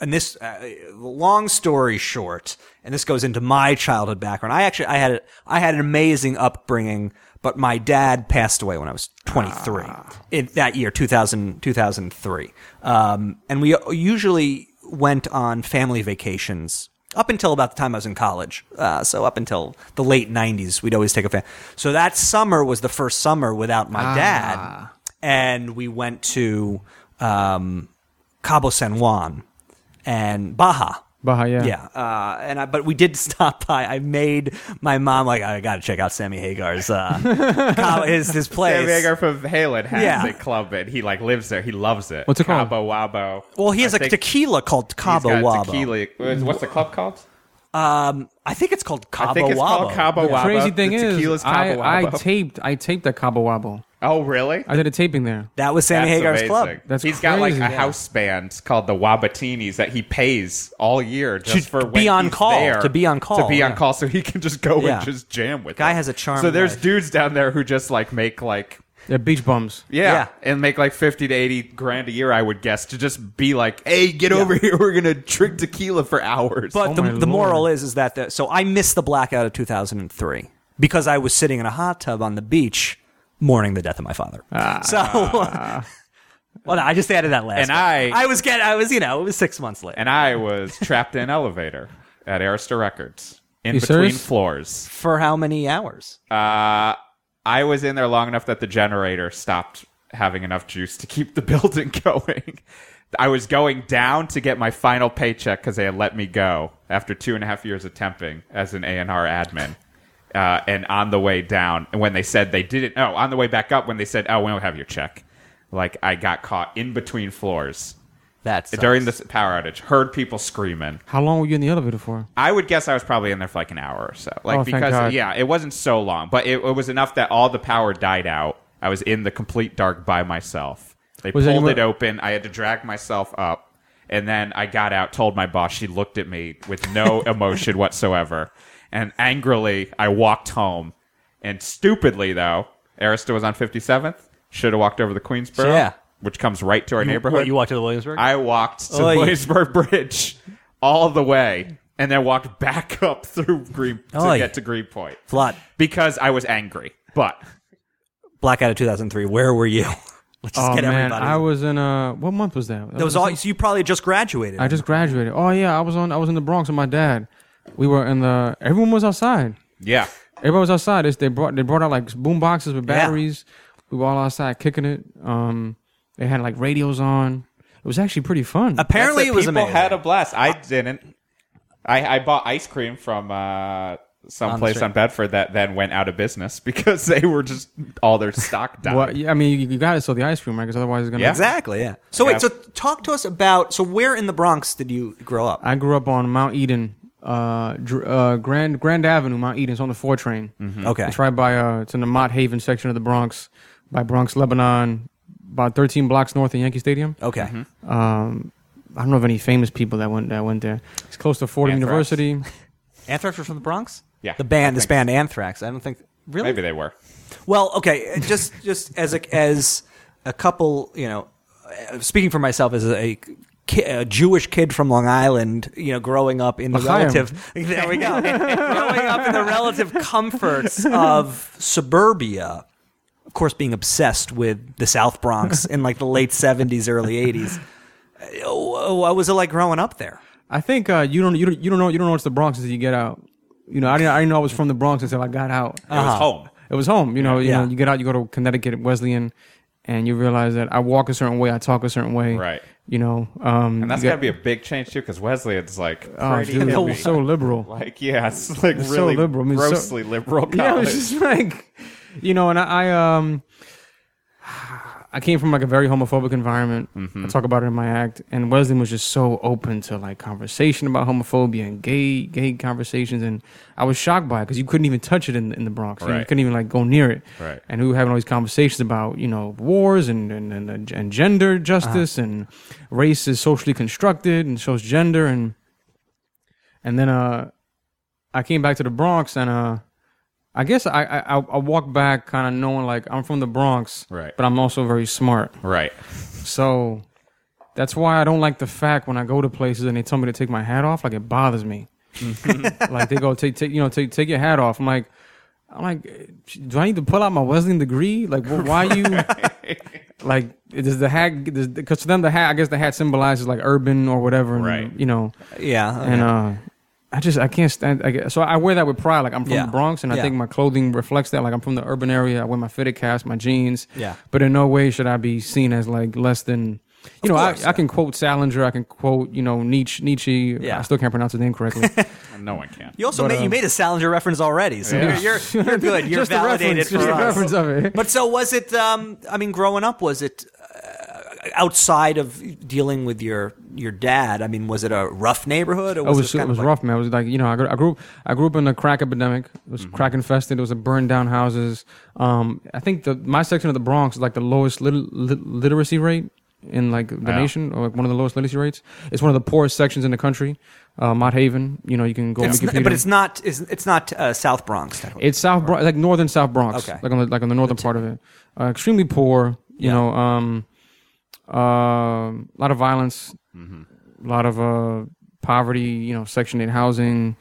S3: and this uh, long story short, and this goes into my childhood background. I actually I had a, I had an amazing upbringing, but my dad passed away when I was 23
S2: Ah.
S3: in that year 2000 2003. Um, and we usually went on family vacations up until about the time I was in college. Uh, so up until the late 90s, we'd always take a fan. So that summer was the first summer without my
S2: Ah.
S3: dad, and we went to um, Cabo San Juan and Baja.
S4: Baja, yeah.
S3: Yeah, uh, and I, but we did stop by. I made my mom like I got to check out Sammy Hagar's uh, Cabo- his his place.
S2: Sammy Hagar from Halen has
S3: Yeah.
S2: a club, and he like lives there. He loves it.
S4: What's it called?
S2: Cabo Wabo.
S3: well, he has
S2: I
S3: a
S2: think
S3: tequila called Cabo
S2: he's got
S3: Wabo.
S2: Tequila. What's the club called?
S3: I think it's called Cabo
S2: I think it's
S3: Wabo.
S2: called Cabo Wabo.
S4: Crazy thing
S2: the tequila's
S4: is,
S2: Cabo
S4: I, I
S2: Wabo.
S4: taped I taped at Cabo Wabo.
S2: oh, really?
S4: I did a taping there.
S3: That was Sammy
S2: That's
S3: Hagar's
S2: amazing.
S3: club.
S4: That's
S2: He's got like a
S4: crazy, yeah.
S2: house band called the Wabatinis that he pays all year just
S3: To
S2: for
S3: be
S2: when
S3: on
S2: he's
S3: call,
S2: there,
S3: to be on call,
S2: to be on
S3: yeah.
S2: call, so he can just go
S3: Yeah.
S2: and just jam with.
S3: Guy
S2: them.
S3: has a charmed
S2: So there's
S3: life.
S2: dudes down there who just like make like
S4: They're beach bums.
S2: Yeah,
S3: Yeah.
S2: and make like fifty to eighty grand a year, I would guess, to just be like, "Hey, get over here! We're gonna drink tequila for hours."
S3: But
S4: Oh
S3: the,
S4: my
S3: the moral
S4: lord.
S3: is is that the, so I missed the blackout of 2003 because I was sitting in a hot tub on the beach mourning the death of my father. so Well, no, I just added that
S2: And
S3: last. one.
S2: I-
S3: I was getting, I was, you know, it was six months later.
S2: and I was trapped in an elevator at Arista Records in
S4: You
S2: between
S4: serious?
S2: floors.
S3: For how many hours?
S2: Uh, I was in there long enough that the generator stopped having enough juice to keep the building going. I was going down to get my final paycheck because they had let me go after two and a half years of temping as an A&R admin. Uh, and on the way down, and when they said they didn't, oh, on the way back up, when they said, oh, we don't have your check, like I got caught in between floors
S3: That's
S2: during this power outage, heard people screaming.
S4: How long were you in the elevator for?
S2: I would guess I was probably in there for like an hour or so. Like
S4: Oh, thank
S2: because
S4: God.
S2: yeah, it wasn't so long, but it, it was enough that all the power died out. I was in the complete dark by myself. They
S4: Was
S2: pulled
S4: anyone-
S2: it open. I had to drag myself up, and then I got out. Told my boss. She looked at me with no emotion whatsoever, and angrily I walked home. And stupidly though, Arista was on fifty seventh. Should have walked over the Queensboro,
S3: yeah.
S2: which comes right to our neighborhood.
S3: What, you walked to the Williamsburg?
S2: I walked to
S3: Oy.
S2: Williamsburg Bridge all the way and then walked back up through Green to
S3: Oy.
S2: get to Greenpoint
S3: Flood.
S2: because I was angry. But
S3: Blackout of 2003. Where were you? Let's just
S4: oh
S3: get
S4: man,
S3: everybody.
S4: I was in uh what month was that?
S3: that was all. So you probably just graduated.
S4: I just graduated. Oh yeah, I was on. I was in the Bronx with my dad. We were in the. Everyone was outside.
S2: yeah,
S4: Everybody was outside. It's- They brought they brought out like boom boxes with batteries. We were all outside kicking it. Um, they had like radios on. It was actually pretty fun.
S3: Apparently,
S2: That's
S3: it was
S2: people
S3: amazing.
S2: had a blast. I
S4: Uh,
S2: didn't. I, I bought ice cream from uh, some place
S3: street.
S2: on Bedford that then went out of business because they were just all their stock died.
S4: Well, yeah, I mean, you, you got to sell the ice cream, right? Because otherwise, it's gonna.
S2: Yeah.
S3: exactly. Yeah. So
S2: Yeah.
S3: wait. So talk to us about. So where in the Bronx did you grow up?
S4: I grew up on Mount Eden, uh, Dr- uh, Grand Grand Avenue, Mount Eden. It's on the four train.
S3: okay.
S4: It's right by. Uh, it's in the Mott Haven section of the Bronx, by Bronx, Lebanon, about 13 blocks north of Yankee Stadium.
S3: Okay.
S4: um, I don't know of any famous people that went that went there. It's close to Fordham
S2: Anthrax.
S4: University.
S3: Anthrax were from the Bronx.
S2: Yeah,
S3: The band.
S2: I
S3: This
S2: think
S3: band Anthrax. I don't think. Really? uh,
S2: Maybe they were.
S3: Well, okay, just just as a, as a couple, you know, uh, speaking for myself as a, ki- a Jewish kid from Long Island, you know, growing up in the
S4: L'chaim.
S3: relative, there we go, growing up in the relative comforts of suburbia. Of course, being obsessed with the South Bronx in like the late seventies, early eighties. What was it like growing up there?
S4: I think uh, you don't you don't you don't know you don't know it's the Bronx until you get out. You know, I didn't I didn't know I was from the Bronx until I got out.
S5: It was home.
S4: It was home. You know, you
S3: Yeah.
S4: know, you get out, you go to Connecticut Wesleyan, and you realize that I walk a certain way, I talk a certain way.
S5: Right.
S4: You know, um,
S5: And that's got to be a big change too, because Wesley is like
S4: oh,
S5: pretty
S4: dude,
S5: hippie.
S4: so liberal.
S5: like yeah, it's like
S4: It's so
S5: really
S4: liberal. I mean, so-
S5: grossly liberal. College.
S4: Yeah, it was just like, you know, and I, I um, I came from like a very homophobic environment.
S5: Mm-hmm.
S4: I talk about it in my act, and Wesleyan was just so open to like conversation about homophobia and gay gay conversations, and I was shocked by it because you couldn't even touch it in, in the Bronx. You, know, you
S5: Right.
S4: couldn't even like go near it.
S5: Right.
S4: And we were having all these conversations about you know wars and and and, and
S5: Uh-huh.
S4: gender justice and race is socially constructed and shows gender and and then uh I came back to the Bronx and uh I guess I I, I I walked back kind of knowing like I'm from the Bronx,
S5: Right.
S4: But I'm also very smart,
S5: right.
S4: so that's why I don't like the fact when I go to places and they tell me to take my hat off, like it bothers me. like they go take take you know take take your hat off. I'm like I'm like, do I need to pull out my Wesleyan degree? Like, wh- why you? like, does the hat? Because to them, the hat I guess the hat symbolizes like urban or whatever, and,
S5: Right.
S4: You know,
S3: Oh, Yeah,
S4: and uh, I just I can't stand. I get, so I wear that with pride. Like I'm from
S3: Yeah.
S4: the Bronx, and I
S3: Yeah.
S4: think my clothing reflects that. Like I'm from the urban area. I wear my fitted caps, my jeans.
S3: Yeah.
S4: But in no way should I be seen as like less than. You know,
S3: course,
S4: I, I can quote Salinger. I can quote you know Nietzsche. Nietzsche.
S3: Yeah.
S4: I still can't pronounce his name correctly.
S5: No one can.
S3: You also
S4: But,
S3: made, you
S4: um,
S3: made a Salinger reference already, so you're, you're you're good. You're
S4: Just the
S3: validated
S4: reference,
S3: for
S4: just the
S3: us.
S4: reference of it.
S3: But so was it? Um, I mean, growing up, was it uh, outside of dealing with your your dad? I mean, was it a rough neighborhood? Or
S4: Oh,
S3: was
S4: it was,
S3: kind
S4: it
S3: of
S4: was
S3: like-
S4: rough, man. It was like you know, I grew, I grew I grew up in a crack epidemic. It
S3: Mm-hmm.
S4: was crack infested. It was a burned down houses. Um, I think the my section of the Bronx is like the lowest lit- lit- literacy rate in like the
S5: Yeah.
S4: nation, or like one of the lowest literacy rates. It's one of the poorest sections in the country. Uh, Mott Haven, you know, you can go on
S3: It's
S4: Wikipedia.
S3: not, but it's not. It's, it's not uh, South Bronx. Technically.
S4: It's South Bronx, like northern South Bronx,
S3: Okay.
S4: like on the like on the northern part of it. Uh, extremely poor, you
S3: Yeah.
S4: know. Um, uh, a lot of violence,
S3: Mm-hmm.
S4: a lot of uh poverty, you know, Section Eight housing.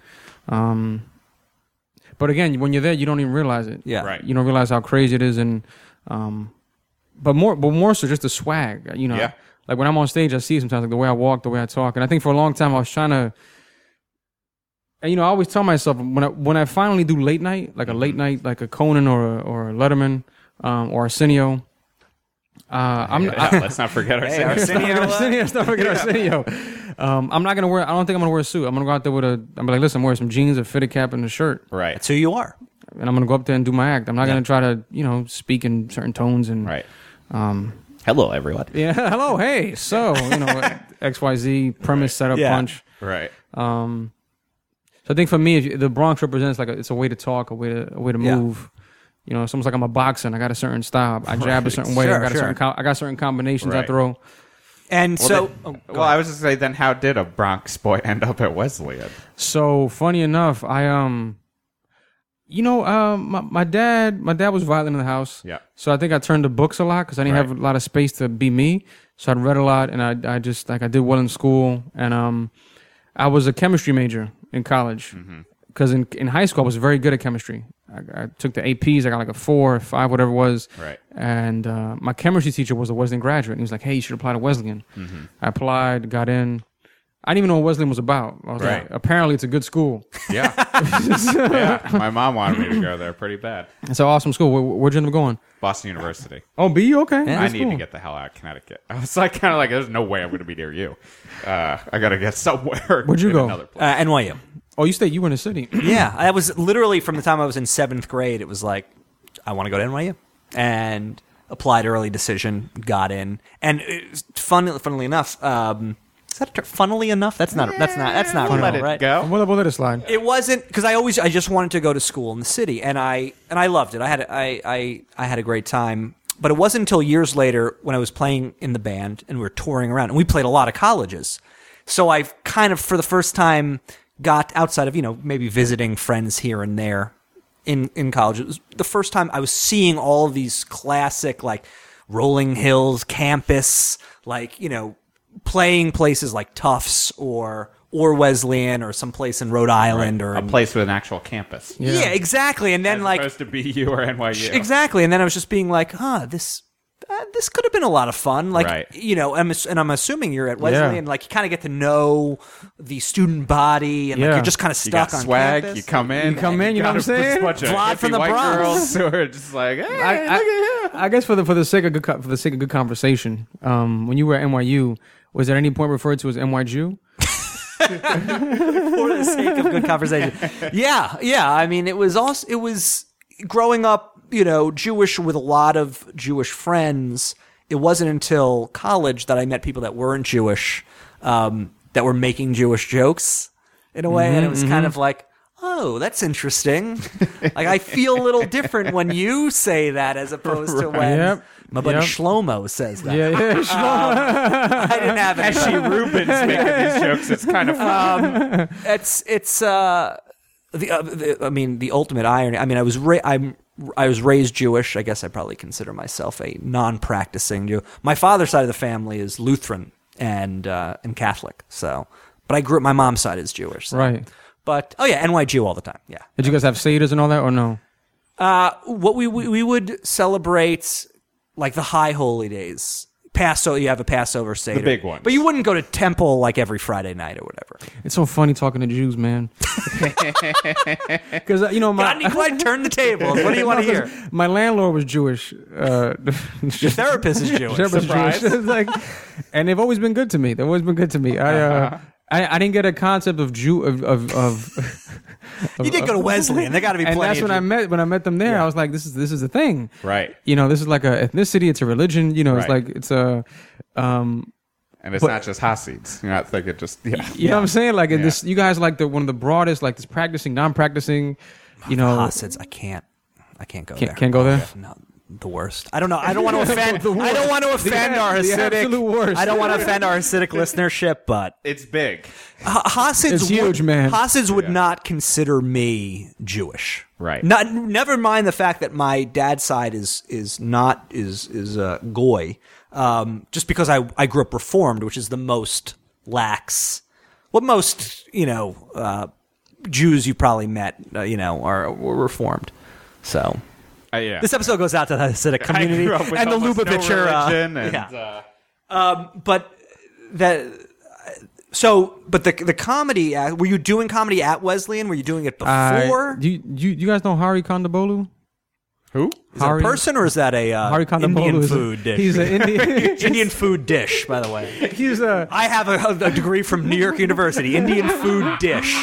S4: Um, but again, when you're there, you don't even realize it.
S3: yeah,
S5: Right.
S4: you don't realize how crazy it is, and um, but more but more so just the swag, you know.
S5: Yeah.
S4: Like when I'm on stage, I see sometimes like the way I walk, the way I talk, and I think for a long time I was trying to and you know, I always tell myself when I when I finally do late night, like a
S5: Mm-hmm.
S4: late night, like a Conan or a, or a Letterman um, or Arsenio. Uh, I'm
S5: Yeah, let's not forget our.
S3: Hey, Arsenio, uh,
S4: Arsenio, stop forgetting Arsenio. Um, I'm not gonna wear. I don't think I'm gonna wear a suit. I'm gonna go out there with a. I'm like, listen, I'm wearing some jeans, a fitted cap, and a shirt,
S5: Right.
S3: That's who you are.
S4: and I'm gonna go up there and do my act. I'm not gonna try to, you know, speak in certain tones and
S5: Right.
S4: Um,
S5: Hello, everyone.
S4: yeah. Hello. Hey. So you know, X Y Z premise setup
S3: Yeah.
S4: punch.
S5: Right.
S4: Um, so I think for me, if you, the Bronx represents like a, it's a way to talk, a way to a way to
S3: Yeah.
S4: move. You know, it's almost like I'm a boxer. and I got a certain style. I jab a certain way.
S3: Sure,
S4: I got a
S3: sure.
S4: certain. Com- I got certain combinations I
S5: Right.
S4: throw.
S3: And so,
S2: then-
S3: oh, go
S2: well, I was just say, then how did a Bronx boy end up at Wesleyan?
S4: So funny enough, I um, you know, um, my, my dad, my dad was violent in the house.
S5: Yeah.
S4: So I think I turned to books a lot because I didn't
S5: Right.
S4: have a lot of space to be me. So I'd read a lot, and I I just like I did well in school, and um, I was a chemistry major in college
S5: Mm-hmm.
S4: because in in high school I was very good at chemistry. I, I took the APs, I got like a four, or five, whatever it was.
S5: Right.
S4: And uh, my chemistry teacher was a Wesleyan graduate, and he was like, "Hey, you should apply to Wesleyan."
S2: Mm-hmm.
S4: I applied, got in. I didn't even know what Wesleyan was about. I was
S5: Right.
S4: like, apparently it's a good school.
S2: Yeah. yeah. My mom wanted me to go there pretty bad.
S4: It's an awesome school. Where, where'd you end up going?
S2: Boston University.
S4: Oh, B. Okay,
S2: I
S4: That's
S2: need to
S4: cool.
S2: get the hell out of Connecticut. I was like, kind of like, there's no way I'm going to be near you. Uh, I got to get somewhere.
S4: Where'd you
S2: in
S4: go?
S2: Another place.
S3: uh, NYU.
S4: Oh, you stayed. You were in the city.
S3: yeah, I was literally from the time I was in seventh grade. It was like I want to go to NYU, and applied early decision, got in, and it was fun, funnily enough, um, is that a term? funnily enough? That's not. Uh, that's not. That's not.
S2: We'll let
S3: real,
S2: it
S3: right?
S2: go.
S4: Well, we'll let it slide.
S3: It wasn't because I always I just wanted to go to school in the city, and I and I loved it. I had a- I I I had a great time. But it wasn't until years later when I was playing in the band and we were touring around, and we played a lot of colleges. So I kind of, for the first time, got outside of you know maybe visiting friends here and there in in college. It was the first time I was seeing all of these classic like Rolling Hills campus, like, you know, playing places like Tufts or or Wesleyan or someplace in Rhode Island or
S2: a
S3: in-
S2: place with an actual campus.
S3: yeah. exactly. And then
S2: As
S3: like
S2: opposed to BU or NYU.
S3: Exactly. And then I was just being like, huh, this. Uh, this could have been a lot of fun, like
S2: Right.
S3: you know, I'm, ass- and I'm assuming you're at Wesleyan,
S4: Yeah.
S3: and like you kind of get to know the student body, and like
S4: Yeah.
S3: you're just kind of
S2: You
S3: stuck
S2: got
S3: on
S2: swag.
S3: campus.
S2: You come in.
S4: You come in, you know
S2: got
S4: what I'm
S2: a
S4: saying?
S2: bunch of
S3: Vlad
S2: hippie
S3: from the
S2: white
S3: Bronx.
S2: girls who are just like, "Ah." hey,
S4: I,
S2: look
S4: I-
S2: at you.
S4: I guess for the for the sake of good co- for the sake of good conversation, um, when you were at NYU, was at any point referred to as NYU?
S3: for the sake of good conversation. Yeah, yeah. I mean, it was also it was growing up, you know, Jewish with a lot of Jewish friends. It wasn't until college that I met people that weren't Jewish um, that were making Jewish jokes in a way, and it
S4: Mm-hmm,
S3: was kind of like. Oh, that's interesting. like I feel a little different when you say that as opposed to when
S4: Yep,
S3: my buddy
S4: yep.
S3: Shlomo says that.
S4: Yeah, yeah.
S3: I didn't have any.
S2: She Rubin's making these jokes. It's kind of fun.
S3: it's it's uh the, uh, the I mean the ultimate irony. I mean I was ra- I'm I was raised Jewish. I guess I probably consider myself a non-practicing Jew. My father's side of the family is Lutheran and uh, and Catholic. So, but I grew up. My mom's side is Jewish. so-
S4: right.
S3: But oh yeah, NY Jew all the time. Yeah.
S4: Did you guys have seders and all that, or no?
S3: What we we, we would celebrate like the high holy days. Passover, you have a Passover seder,
S5: big ones.
S3: But you wouldn't go to temple like every Friday night or whatever.
S4: It's so funny talking to Jews, man. Because you know my
S3: Rodney Clyde turned the table. What do you want to hear?
S4: my landlord was Jewish. Uh,
S3: Therapist is Jewish.
S4: Shepherd's Jewish. It's like, and they've always been good to me. They've always been good to me. I,
S3: Uh-huh.
S4: uh, I, I didn't get a concept of Jew of of. of
S3: You did go to Wesleyan. There got to be
S4: and
S3: plenty.
S4: that's
S3: of
S4: when I
S3: Jew-
S4: met when I met them there. I was like, this is this is a thing,
S5: Right.
S4: You know, this is like a ethnicity. It's a religion. You know, it's
S5: Right.
S4: like it's a. Um,
S2: And it's not just Hasids. You're not thinking just, yeah.
S4: you know what I'm saying? Like and
S2: Yeah.
S4: this, you guys like the one of the broadest, like this practicing, non-practicing. You know,
S3: Hassids. Oh, I can't. I can't go there. Oh,
S4: can't go there?
S3: No, the worst. I don't know. I don't want to offend. I don't want to offend
S4: The-
S3: our
S4: the
S3: Hasidic.
S4: absolute worst.
S3: I don't want to offend our Hasidic listenership, but
S2: It's big.
S3: Ha- Hassids
S4: It's huge,
S3: would,
S4: man.
S3: Hassids would not consider me Jewish.
S5: Right.
S3: Not. Never mind the fact that my dad's side is is not is is uh, goy. Um, just because I I grew up reformed, which is the most lax. What most you know uh, Jews you probably met uh, you know are were reformed. So
S2: Uh, yeah.
S3: this episode goes out to the Hasidic community
S2: I grew up with
S3: and the
S2: almost No
S3: Lubavitcher. uh,
S2: religion and,
S3: yeah.
S2: uh,
S3: but that so but the the comedy uh, were you doing comedy at Wesleyan? Were you doing it
S4: I-
S3: before?
S4: Uh, do you, you you guys know Hari Kondabolu?
S2: who?
S3: is that a
S4: Hari-
S3: person or is that a uh,
S4: Hari Kondabolu
S3: Indian
S4: is a-
S3: food dish?
S4: He's an Indian.
S3: Indian food dish, by the way.
S4: he's a,
S3: I have a, a degree from New York University. Indian food dish.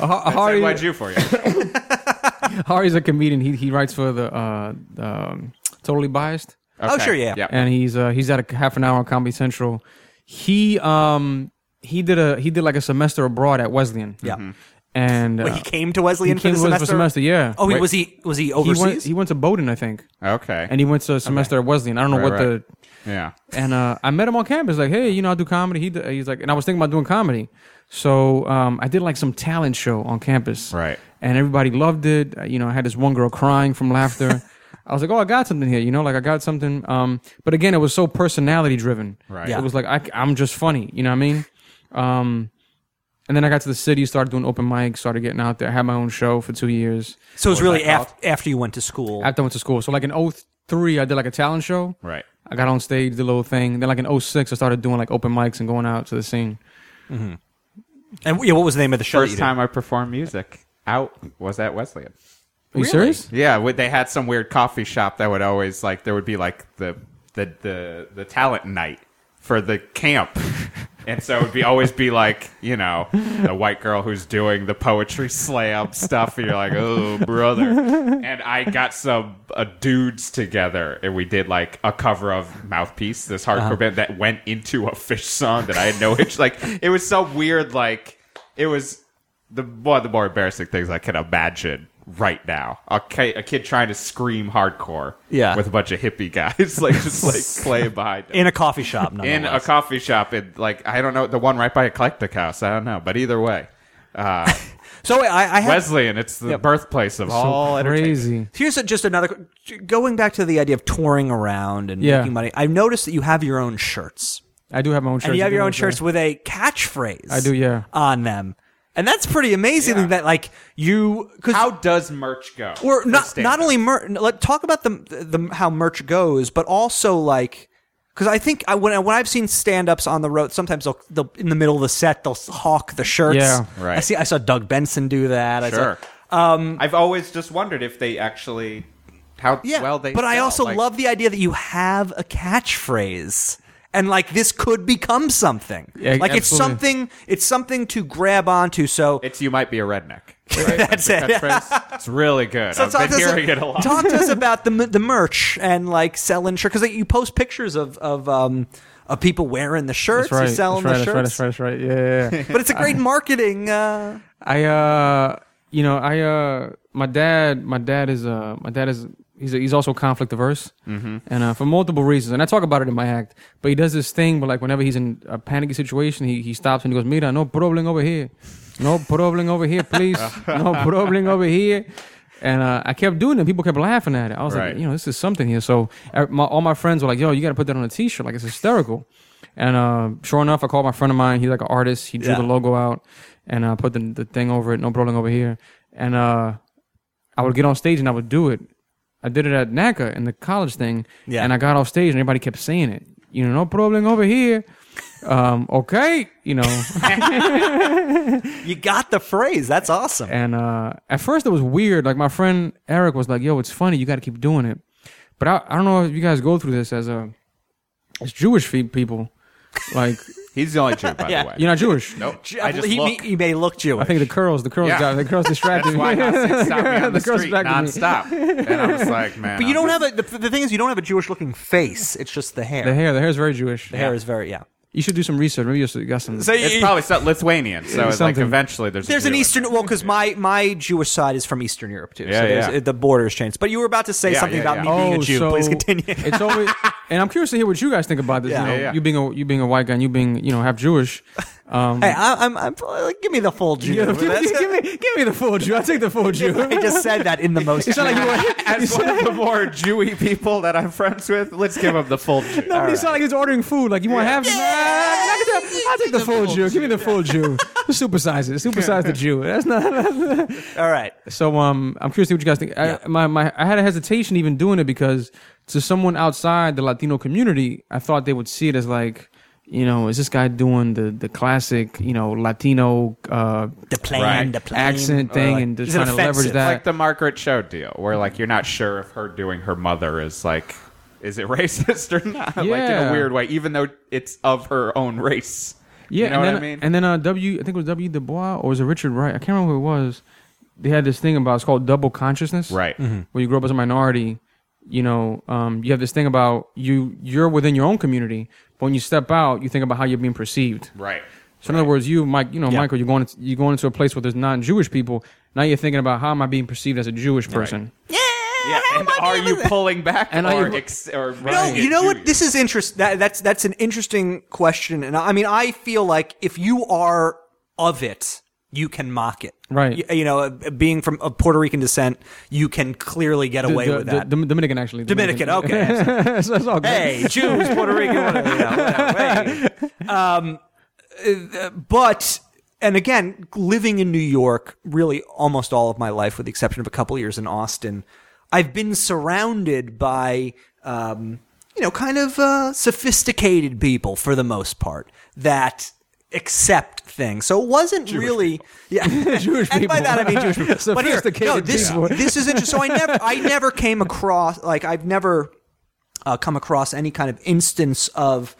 S4: a Har-
S2: Sorry.
S4: Hari.
S2: NYU for you.
S4: Hari's a comedian. He he writes for the uh, um, Totally Biased,
S3: Oh,
S2: Okay.
S3: sure, yeah.
S2: Yep.
S4: and he's uh, he's at a half an hour on Comedy Central. He um he did a he did like a semester abroad at Wesleyan.
S3: Yeah.
S4: and uh,
S3: Wait, he came to Wesleyan
S4: he came
S3: for the
S4: was-
S3: semester.
S4: for semester. Yeah.
S3: Oh, he
S4: Wait,
S3: was he was he
S4: he
S3: overseas? Oh.
S4: went he went to Bowdoin, I think,
S2: Okay.
S4: and he went to a semester at Wesleyan. I don't know
S2: Right,
S4: what
S2: right.
S4: the
S2: yeah.
S4: and uh, I met him on campus. Like, hey, you know, I do comedy. He d- he's like, and I was thinking about doing comedy. So um, I did like some talent show on campus,
S2: Right.
S4: And everybody loved it. Uh, You know, I had this one girl crying from laughter. I was like, oh, I got something here. You know, like I got something. Um, but again, it was so personality driven.
S2: Right.
S3: Yeah.
S4: It was like I, am just funny. You know what I mean? Um, and then I got to the city, started doing open mic, started getting out there. I had my own show for two years.
S3: so it was really af- after you went to school.
S4: After I went to school, so like in 03, I did like a talent show.
S2: Right.
S4: I got on stage, did a little thing. Then, like in 06, I started doing like open mics and going out to the scene.
S3: and yeah, what was the name of the show? that you
S2: First
S3: did?
S2: time I performed music out was at Wesleyan.
S4: Are you serious?
S2: Yeah, would- they had some weird coffee shop that would always like there would be like the the the, the talent night for the camp. And so it would be always be like, you know, the white girl who's doing the poetry slam stuff. And you're like, oh, brother. And I got some uh, dudes together and we did like a cover of Mouthpiece, this hardcore band that went into a fish song that I had no itch. Like, it was so weird. Like, it was the one of the more embarrassing things I can imagine right now. A, ki- a kid trying to scream hardcore,
S3: Yeah.
S2: with a bunch of hippie guys, like just like playing behind him.
S3: in a coffee shop.
S2: in a
S3: nonetheless.
S2: coffee shop. In like I don't know the one right by Eclectic House. I don't know, but either way, uh,
S3: So I, I have
S2: Wesleyan, it's the birthplace of all entertainment.
S4: crazy.
S3: Here's a, just another going back to the idea of touring around and
S4: Yeah.
S3: making money. I've noticed that you have your own shirts,
S4: I do have my own shirts.
S3: and you have
S4: do
S3: your own
S4: like that.
S3: shirts with a catchphrase.
S4: I do, yeah.
S3: on them, and that's pretty amazing that like you because
S2: How does merch go?
S3: we're
S2: for
S3: not
S2: stand-up?
S3: not only mer- let talk about the, the how merch goes, but also like because I think I, when I, when I've seen stand ups on the road, sometimes they'll, they'll in the middle of the set they'll hawk the shirts.
S4: Yeah.
S2: Right.
S3: I see. I saw Doug Benson do that. I saw-
S2: Sure. Um, I've always just wondered if they actually how
S3: yeah.
S2: well they.
S3: but I
S2: sell,
S3: also
S2: like-
S3: love the idea that you have a catchphrase. And like this could become something.
S4: Yeah,
S3: like it's
S4: absolutely.
S3: something. It's something to grab onto. So
S2: It's you might be a redneck. Right?
S3: That's
S2: the
S3: it.
S2: catchphrase. it's really good.
S3: So
S2: I've been hearing it a lot.
S3: Talk to us about the the merch and like selling shirts because like, you post pictures of of um of people wearing the shirts,
S4: That's right.
S3: you selling
S4: that's
S3: the
S4: right,
S3: shirts.
S4: That's right. That's right. That's right. Yeah. yeah, yeah.
S3: But it's a great marketing. Uh,
S4: I uh, you know, I uh, my dad, my dad is uh, my dad is he's he's also conflict averse, mm-hmm. and uh, for multiple reasons. And I talk about it in my act. But he does this thing, but like whenever he's in a panicky situation, he he stops and he goes, "Mira, no problem over here, no problem over here, please, no problem over here." And uh, I kept doing it. People kept laughing at it. I was
S2: Right.
S4: like, you know, this is something here. So uh, my, all my friends were like, "Yo, you got to put that on a T-shirt. Like it's hysterical." And uh, sure enough, I called my friend of mine. He's like an artist. He drew
S3: Yeah.
S4: the logo out and uh, put the, the thing over it. No problem over here. And uh, I would get on stage and I would do it. I did it at NACA in the college thing.
S3: Yeah.
S4: And I got off stage and everybody kept saying it. You know, no problem over here. Um, okay, you know.
S3: you got the phrase. That's awesome.
S4: And uh, at first it was weird. Like my friend Eric was like, "Yo, it's funny. You got to keep doing it." But I, I don't know if you guys go through this as a as Jewish fe- people. Like
S2: He's the only Jew, by
S3: Yeah.
S2: the way.
S4: you're not Jewish.
S2: nope.
S3: J-
S2: I just
S3: he,
S2: look.
S3: he may look Jewish.
S4: I think the curls, the curls
S2: Yeah.
S4: got the curls distracted
S2: That's why
S4: me.
S2: Hasek stopped me on the,
S4: The girls
S2: street
S4: back to me.
S2: nonstop, and I was like, man.
S3: but you
S2: I'm
S3: don't
S2: just-
S3: have a, the, the thing is you don't have a Jewish looking face. It's just the hair.
S4: the hair, the hair is very Jewish.
S3: The hair is very yeah.
S4: You should do some research. Maybe you got some.
S2: It's probably so- Lithuanian, so it's like
S4: Something.
S2: eventually there's a
S3: There's an
S2: Jew in
S3: Eastern
S2: there.
S3: well because my my Jewish side is from Eastern Europe too.
S2: Yeah,
S3: so there's,
S2: yeah.
S3: the borders changed. But you were about to say
S2: Yeah,
S3: something
S2: yeah,
S3: about
S2: yeah.
S3: me being a Jew.
S4: Oh, so
S3: Please continue.
S4: it's always, and I'm curious to hear what you guys think about this.
S3: Yeah.
S4: You, know,
S2: Yeah, yeah.
S4: you being a you being a white guy, and you being you know half Jewish. Um,
S3: Hey, I, I'm, I'm give me the full Jew.
S4: give, give-
S3: That's-
S4: give me give me the full Jew. I take the full Jew.
S3: I just said that in the most.
S4: It's not like you were-
S2: As one of the more Jewy people that I'm friends with, let's give him the full Jew.
S4: No, but it's not like he's ordering food. Like you want half? Nah, I can tell- I'll take the full Jew. Give me the full Jew. Supersize it. Supersize the Jew. That's not.
S3: All right.
S4: So um, I'm curious to see what you guys think. I, my, my, I had a hesitation even doing it because to someone outside the Latino community, I thought they would see it as like, you know, is this guy doing the the classic, you know, Latino uh,
S3: The plan,
S2: Right.
S3: the plan.
S4: accent
S3: Or
S4: thing,
S3: like-
S4: and just
S3: is it
S4: trying to leverage
S3: offensive?
S4: that.
S2: like the Margaret Cho deal, where like you're not sure if her doing her mother is like, is it racist or not? Like in a
S4: Yeah.
S2: weird way, even though it's of her own race.
S4: Yeah,
S2: you know
S4: and
S2: what
S4: then,
S2: I mean.
S4: And then uh, W, I think it was W. Du Bois or was it Richard Wright? I can't remember who it was. They had this thing about it's called double consciousness,
S2: Right. Mhm.
S4: Where you grow up as a minority, you know, um, you have this thing about you you're within your own community, but when you step out, you think about how you're being perceived,
S2: right.
S4: So in other words, you, Mike, you know,
S3: Yeah.
S4: Michael, you're going into, you're going into a place where there's non-Jewish people. Now you're thinking about how am I being perceived as a Jewish person?
S2: Yeah. And are you pulling back
S4: And are
S2: or,
S4: you-
S2: ex- or
S3: No,
S2: running
S3: you
S2: it
S3: know what?
S2: Jewy?
S3: This is interest. That, that's that's an interesting question, and I I mean, I feel like if you are of it, you can mock it,
S4: Right.
S3: You, you know, uh, being from of Puerto Rican descent, you can clearly get away
S4: The-
S3: with
S4: the-
S3: that.
S4: the Dominican actually.
S3: Dominican, okay.
S4: so it's all good.
S3: hey, Jews, Puerto Rican, whatever, you know, whatever, hey. Um, uh, but and again, living in New York, really almost all of my life, with the exception of a couple years in Austin, I've been surrounded by um, you know kind of uh, sophisticated people for the most part that accept things. So it wasn't really yeah
S4: Jewish
S3: and by
S4: people.
S3: that I mean Jewish people. but here, no,
S4: Sophisticated
S3: this
S4: people.
S3: this is interesting. So I never I never came across like I've never uh, come across any kind of instance of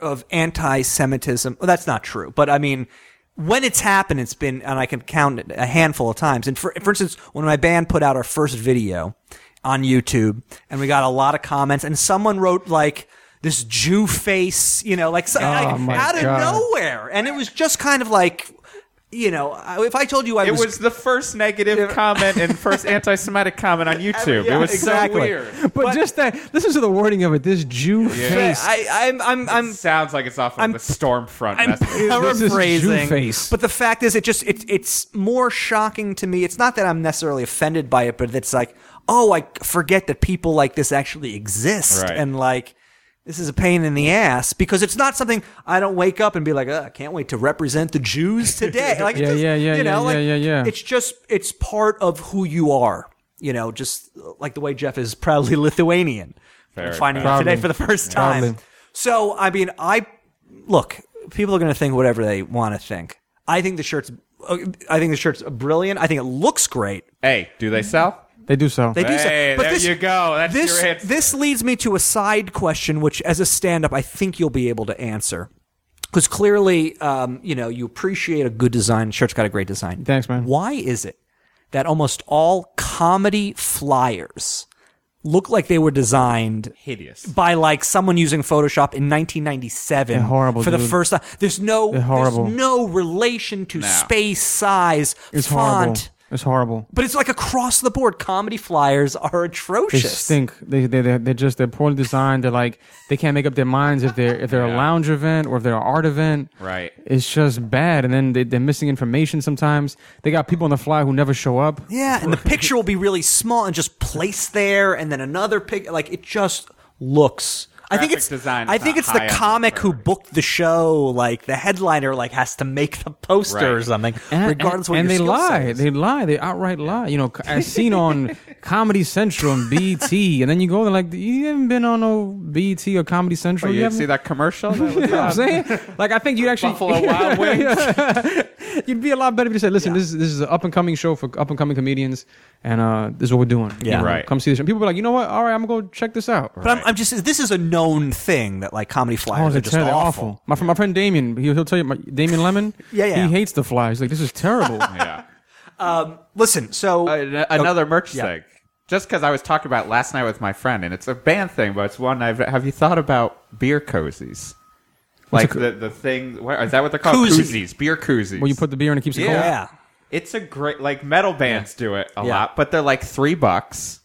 S3: of anti-Semitism. Well, that's not true, but I mean. When it's happened, it's been, and I can count it a handful of times. And for, for instance, when my band put out our first video on YouTube, and we got a lot of comments, and someone wrote like this Jew face, you know, like, so, like,
S4: Oh, my
S3: out of
S4: God.
S3: nowhere, and it was just kind of like you know, I- if I told you I
S2: It
S3: was,
S2: was the first negative comment and first anti-Semitic comment on YouTube.
S3: yeah,
S2: it was so
S3: exactly.
S2: weird.
S4: But, just that, listen to the wording of it. This Jew face.
S3: I, I'm, I'm, I'm,
S2: it sounds like it's off of
S3: I'm-
S2: the Stormfront
S3: I'm
S2: message.
S4: This is
S3: paraphrasing,
S4: Jew-face.
S3: but the fact is, it just it, it's more shocking to me. It's not that I'm necessarily offended by it, but it's like, oh, I forget that people like this actually exist,
S2: Right.
S3: and like this is a pain in the ass because it's not something I don't wake up and be like, Ugh, I can't wait to represent the Jews today. Like,
S4: Yeah,
S3: it's just,
S4: yeah, yeah,
S3: you know,
S4: yeah,
S3: like,
S4: yeah, yeah, yeah.
S3: It's just it's part of who you are. You know, just like the way Jeff is proudly Lithuanian. I'm
S2: Very
S3: finding out
S4: proud.
S3: today for the first time.
S4: Proudly.
S3: So I mean, I look. People are going to think whatever they want to think. I think the shirt's. I think the shirt's brilliant. I think it looks great.
S2: hey, do they sell?
S3: Oh,
S4: they do so.
S3: They do. so-
S2: Hey,
S3: but
S2: there
S3: this,
S2: you go. That's
S3: this
S2: your answer.
S3: this leads me to a side question, which, as a stand-up, I think you'll be able to answer. Because clearly, um, you know, you appreciate a good design. Shirt's got a great design.
S4: Thanks, man.
S3: Why is it that almost all comedy flyers look like they were designed
S2: Hideous.
S3: by like someone using Photoshop in 1997
S4: They're horrible,
S3: for the
S4: dude.
S3: first time. There's no
S4: horrible.
S3: there's no relation to space, size,
S4: It's horrible.
S3: font.
S4: It's horrible.
S3: But it's like across the board, comedy flyers are
S4: They
S3: atrocious.
S4: stink. They they they're, they're just they're poorly designed. They're like they can't make up their minds if they're if they're a lounge event or if they're an art event.
S2: Right.
S4: It's just bad. And then they, they're missing information sometimes. They got people on the fly who never show up.
S3: Yeah, and the picture will be really small and just placed there, and then another pic. Like it just looks. I think
S2: Graphic
S3: it's
S2: design is
S3: I think
S2: not
S3: it's the
S2: high on the
S3: comic who booked the show. Like the headliner, like has to make the poster or
S2: Right.
S3: something, regardless.
S4: and,
S3: what
S4: they
S3: your skill set
S4: lie.
S3: is.
S4: They lie. They outright lie. You know, c- as seen on Comedy Central and BT. And then you go there like you haven't been on no BT or Comedy
S3: Oh,
S4: Central.
S2: you
S4: you
S2: didn't
S4: haven't
S2: see that commercial? That was
S4: You know what I'm saying? Like, I think you'd actually
S2: Buffalo Wild Wings.
S4: You'd be a lot better if you said, "Listen, this is this is an up and coming show for up and coming comedians, and uh, this is what we're doing. You
S3: Yeah.
S4: know,
S2: Right.
S4: Come see this." And people be like, "You know what? All right, I'm gonna go check this out."
S3: But I'm, I'm just this is a known thing that like comedy
S4: Oh,
S3: flyers
S4: they're,
S3: are just
S4: terrible. They're
S3: awful.
S4: awful. My, fr- my friend Damien, he, he'll tell you, my, Damien Lemon.
S3: Yeah, yeah.
S4: He hates the fly. He's like, "This is terrible."
S2: yeah.
S3: Listen, so
S2: An- another merch
S3: yeah.
S2: thing. Just because I was talking about it last night with my friend, and it's a band thing, but it's one I've. Have you thought about beer cozies? Like the, the thing, what, is that what they're called?
S3: Koozie.
S2: Koozies, beer koozies.
S4: Well, you put the beer in, it keeps it
S2: Yeah.
S4: cold.
S3: yeah,
S2: It's a great like metal bands do it a
S3: Yeah.
S2: lot, but they're like three bucks,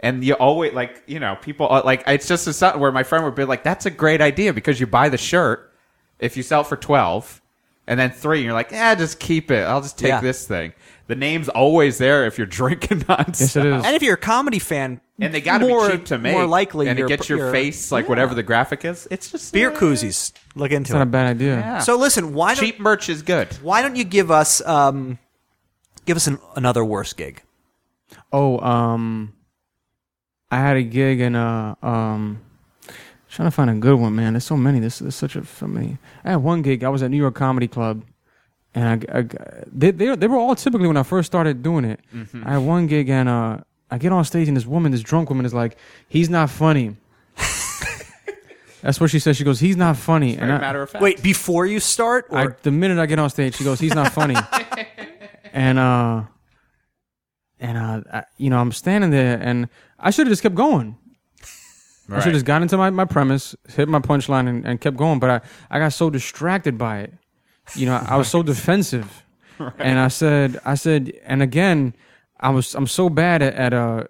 S2: and you always like you know people are- like it's just a something where my friend would be like, "That's a great idea because you buy the shirt if you sell it for twelve, and then three, and you're like, yeah, just keep it. I'll just take
S3: Yeah.
S2: this thing. The name's always there if you're drinking nonstop.
S4: Yes, it is.
S3: and if you're a comedy fan,
S2: And they got to
S3: more-
S2: be cheap to make.
S3: More likely,
S2: and it
S3: you're-
S2: gets your
S3: you're-
S2: face like whatever the graphic is. It's just
S3: beer
S2: uh,
S3: koozies. Look into
S4: Not a
S3: it.
S4: bad idea.
S2: Yeah.
S3: So listen, why don't
S2: Cheap merch is good.
S3: why don't you give us um give us an, another worse gig?
S4: Oh, um, I had a gig in uh um. Trying to find a good one, man. There's so many. There's, there's such a so many. I had one gig. I was at New York Comedy Club, and I, I they, they they were all typically when I first started doing it. I had one gig, and uh, I get on stage, and this woman, this drunk woman, is like, "He's not funny." That's what she says. She goes, "He's not funny." And I,
S2: Matter of fact,
S3: Wait, before you start, or
S4: I, the minute I get on stage, she goes, "He's not funny," and uh, and uh, I, you know, I'm standing there, and I should have just kept going. I should have just got into my, my premise, hit my punchline, and, and kept going. But I, I got so distracted by it, you know, I was so defensive, and I said, I said, and again, I was I'm so bad at, at uh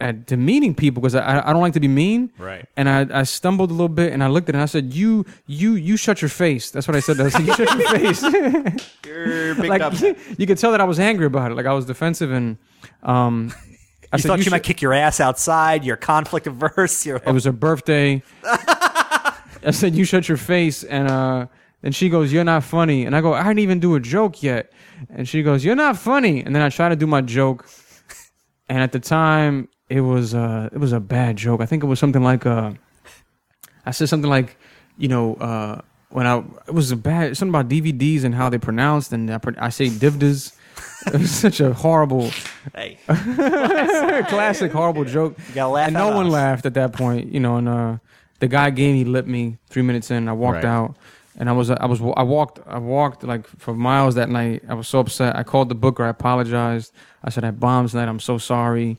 S4: at demeaning people because I, I don't like to be mean.
S2: Right.
S4: And I, I stumbled a little bit and I looked at it and I said, You you you shut your face. That's what I said. I said, You shut your face.
S2: You're big
S4: like
S2: dumb.
S4: you, could tell that I was angry about it. Like I was defensive and um I
S3: you
S4: said,
S3: thought
S4: you
S3: she might
S4: shut-
S3: kick your ass outside. You're conflict averse. You're
S4: it was her birthday. I said, "You shut your face," and uh, and she goes, "You're not funny." And I go, "I didn't even do a joke yet," and she goes, "You're not funny." And then I try to do my joke, and at the time, it was uh, it was a bad joke. I think it was something like uh, I said something like, you know, uh, when I it was a bad something about DVDs and how they pronounced, and I, pro- I say divdas. It was such a horrible,
S3: hey,
S4: classic horrible joke.
S3: gotta laugh
S4: and
S3: at
S4: no one
S3: us.
S4: laughed at that point, you know. And uh, the guy gave me lip me three minutes in. I walked
S2: Right.
S4: out, and I was I was I walked I walked like for miles that night. I was so upset. I called the booker. I apologized. I said I bombed tonight. I'm so sorry.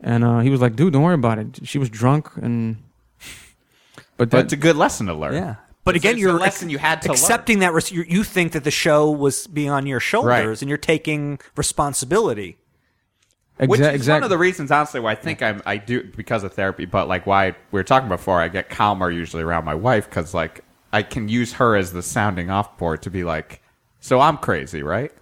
S4: And uh, he was like, "Dude, don't worry about it. She was drunk." And but
S2: But
S4: that,
S2: it's a good lesson to learn.
S3: yeah. But again,
S2: it's a
S3: you're
S2: lesson you had to learn.
S3: accepting that res- you you think that the show was being on your shoulders,
S2: Right.
S3: and you're taking responsibility.
S2: Which
S4: Exa-
S2: is
S4: exact-
S2: one of the reasons, honestly, why I think I'm I do because of therapy, but like why we were talking before, I get calmer usually around my wife because like I can use her as the sounding off board to be like, so I'm crazy, right?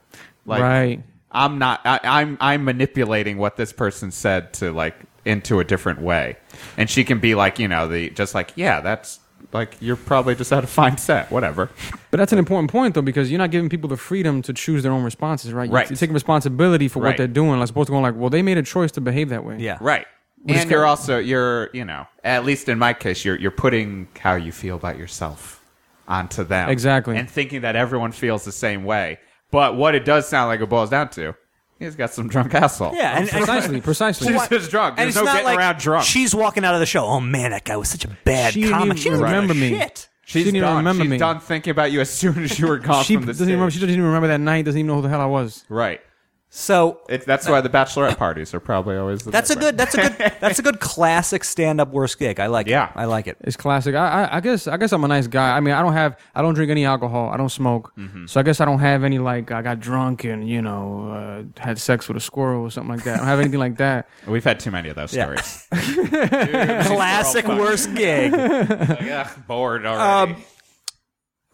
S2: Like,
S4: Right.
S2: I'm not. I, I'm I'm manipulating what this person said to like into a different way, and she can be like, you know, the just like, yeah, that's like you're probably just out of fine set, whatever.
S4: But that's an important point, though, because you're not giving people the freedom to choose their own responses, right? You-
S2: Right.
S4: You're taking responsibility for
S2: Right.
S4: what they're doing, as opposed to going like, well, they made a choice to behave that way.
S3: Yeah.
S2: Right.
S4: just
S2: and you're
S4: gotta-
S2: also you're you know at least in my case you're you're putting how you feel about yourself onto them
S4: Exactly.
S2: and thinking that everyone feels the same way. But what it does sound like it boils down to, he's got some drunk asshole.
S3: Yeah, and, and-
S4: Precisely, precisely.
S2: She's just drunk.
S3: and
S2: There's
S3: it's
S2: no
S3: not
S2: getting
S3: like
S2: around drunk.
S3: She's walking out of the show. Oh man, that guy was such a bad
S4: She didn't
S3: comic.
S4: even
S3: She doesn't
S4: remember
S3: give a
S4: me.
S3: Shit.
S2: She's
S4: She didn't even
S2: done.
S4: remember
S2: She's
S4: me.
S2: done thinking about you as soon as you were gone
S4: she
S2: from the
S4: doesn't even remember. She
S2: stage.
S4: doesn't even remember that night. Doesn't even know who the hell I was.
S2: Right.
S3: So
S2: It, that's why the bachelorette parties are probably always. The
S3: that's a
S2: best way.
S3: good. That's a good. That's a good classic stand-up worst gig. I like.
S2: Yeah.
S3: it. I like it.
S4: It's classic. I, I, I guess. I guess I'm a nice guy. I mean, I don't have. I don't drink any alcohol. I don't smoke.
S2: Mm-hmm.
S4: So I guess I don't have any like. I got drunk and you know uh, had sex with a squirrel or something like that. I don't have anything like that.
S2: We've had too many of those
S3: Yeah.
S2: stories.
S3: Classic worst gig.
S2: Yeah, bored
S4: Um,
S2: already.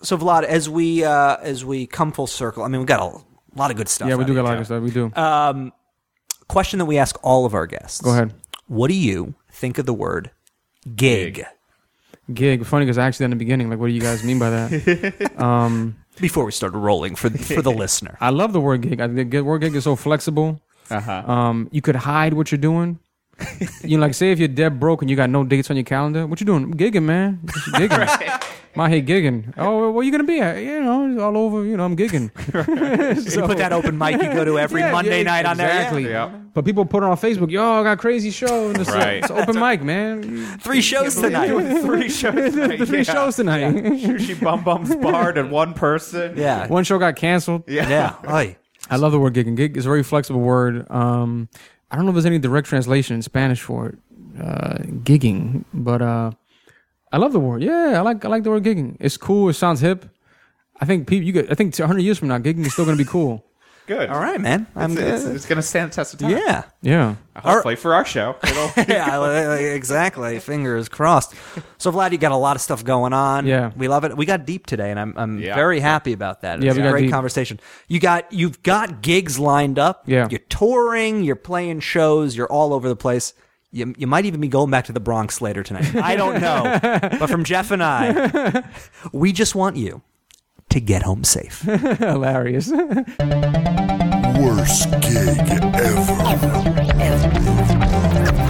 S3: So Vlad, as we uh, as we come full circle, I mean, we got a lot of good stuff.
S4: Yeah, we
S3: out
S4: do
S3: of
S4: get a
S3: it.
S4: lot of stuff. We do.
S2: Uh,
S3: Question that we ask all of our guests.
S4: Go ahead.
S3: What do you think of the word gig?
S4: Gig. Funny because I actually in the beginning. Like, what do you guys mean by that?
S3: Before we started rolling for for the listener,
S4: I love the word gig. I think the word gig is so flexible. Uh-huh. Um, you could hide what you're doing. you know, like say if you're dead broke and you got no dates on your calendar, what you doing? I'm gigging, man. Just Gigging. My head gigging. Oh, where you gonna be at? You know, it's all over. You know, I'm gigging.
S3: you put that open mic you go to every
S4: Yeah,
S3: Monday
S4: yeah,
S3: night on there.
S4: exactly.
S2: Yeah.
S4: But people put it on Facebook. Yo, I got a crazy show. And it's, uh,
S2: Right.
S4: it's open mic, man.
S3: Three shows tonight.
S2: Three shows.
S4: The three shows tonight.
S2: She bum bums barred at one person.
S3: Yeah.
S4: One show got canceled.
S3: Yeah. Oy.
S4: I love the word gigging. Gig is a very flexible word. Um, I don't know if there's any direct translation in Spanish for it, uh, gigging, but uh, I love the word. Yeah, I like I like the word gigging. It's cool. It sounds hip. I think people, you get. I think 100 years from now, gigging is still gonna be cool.
S2: Good.
S3: All right, man. I'm
S2: It's, it's,
S3: good.
S2: it's gonna stand the test of time.
S3: Yeah.
S4: Yeah.
S2: Hopefully for our show. It'll,
S3: yeah, li- li- exactly. Fingers crossed. So, Vlad, you got a lot of stuff going on.
S4: Yeah.
S3: we love it. We got deep today, and I'm I'm
S2: Yeah.
S3: very happy about that. It's
S4: Yeah, we
S3: a
S4: got
S3: great
S4: deep.
S3: conversation. You got you've got gigs lined up.
S4: Yeah.
S3: you're touring. You're playing shows. You're all over the place. You, you might even be going back to the Bronx later tonight. I don't know. but from Jeff and I, we just want you to get home safe.
S4: Hilarious.
S1: Worst gig ever.
S6: ever, ever.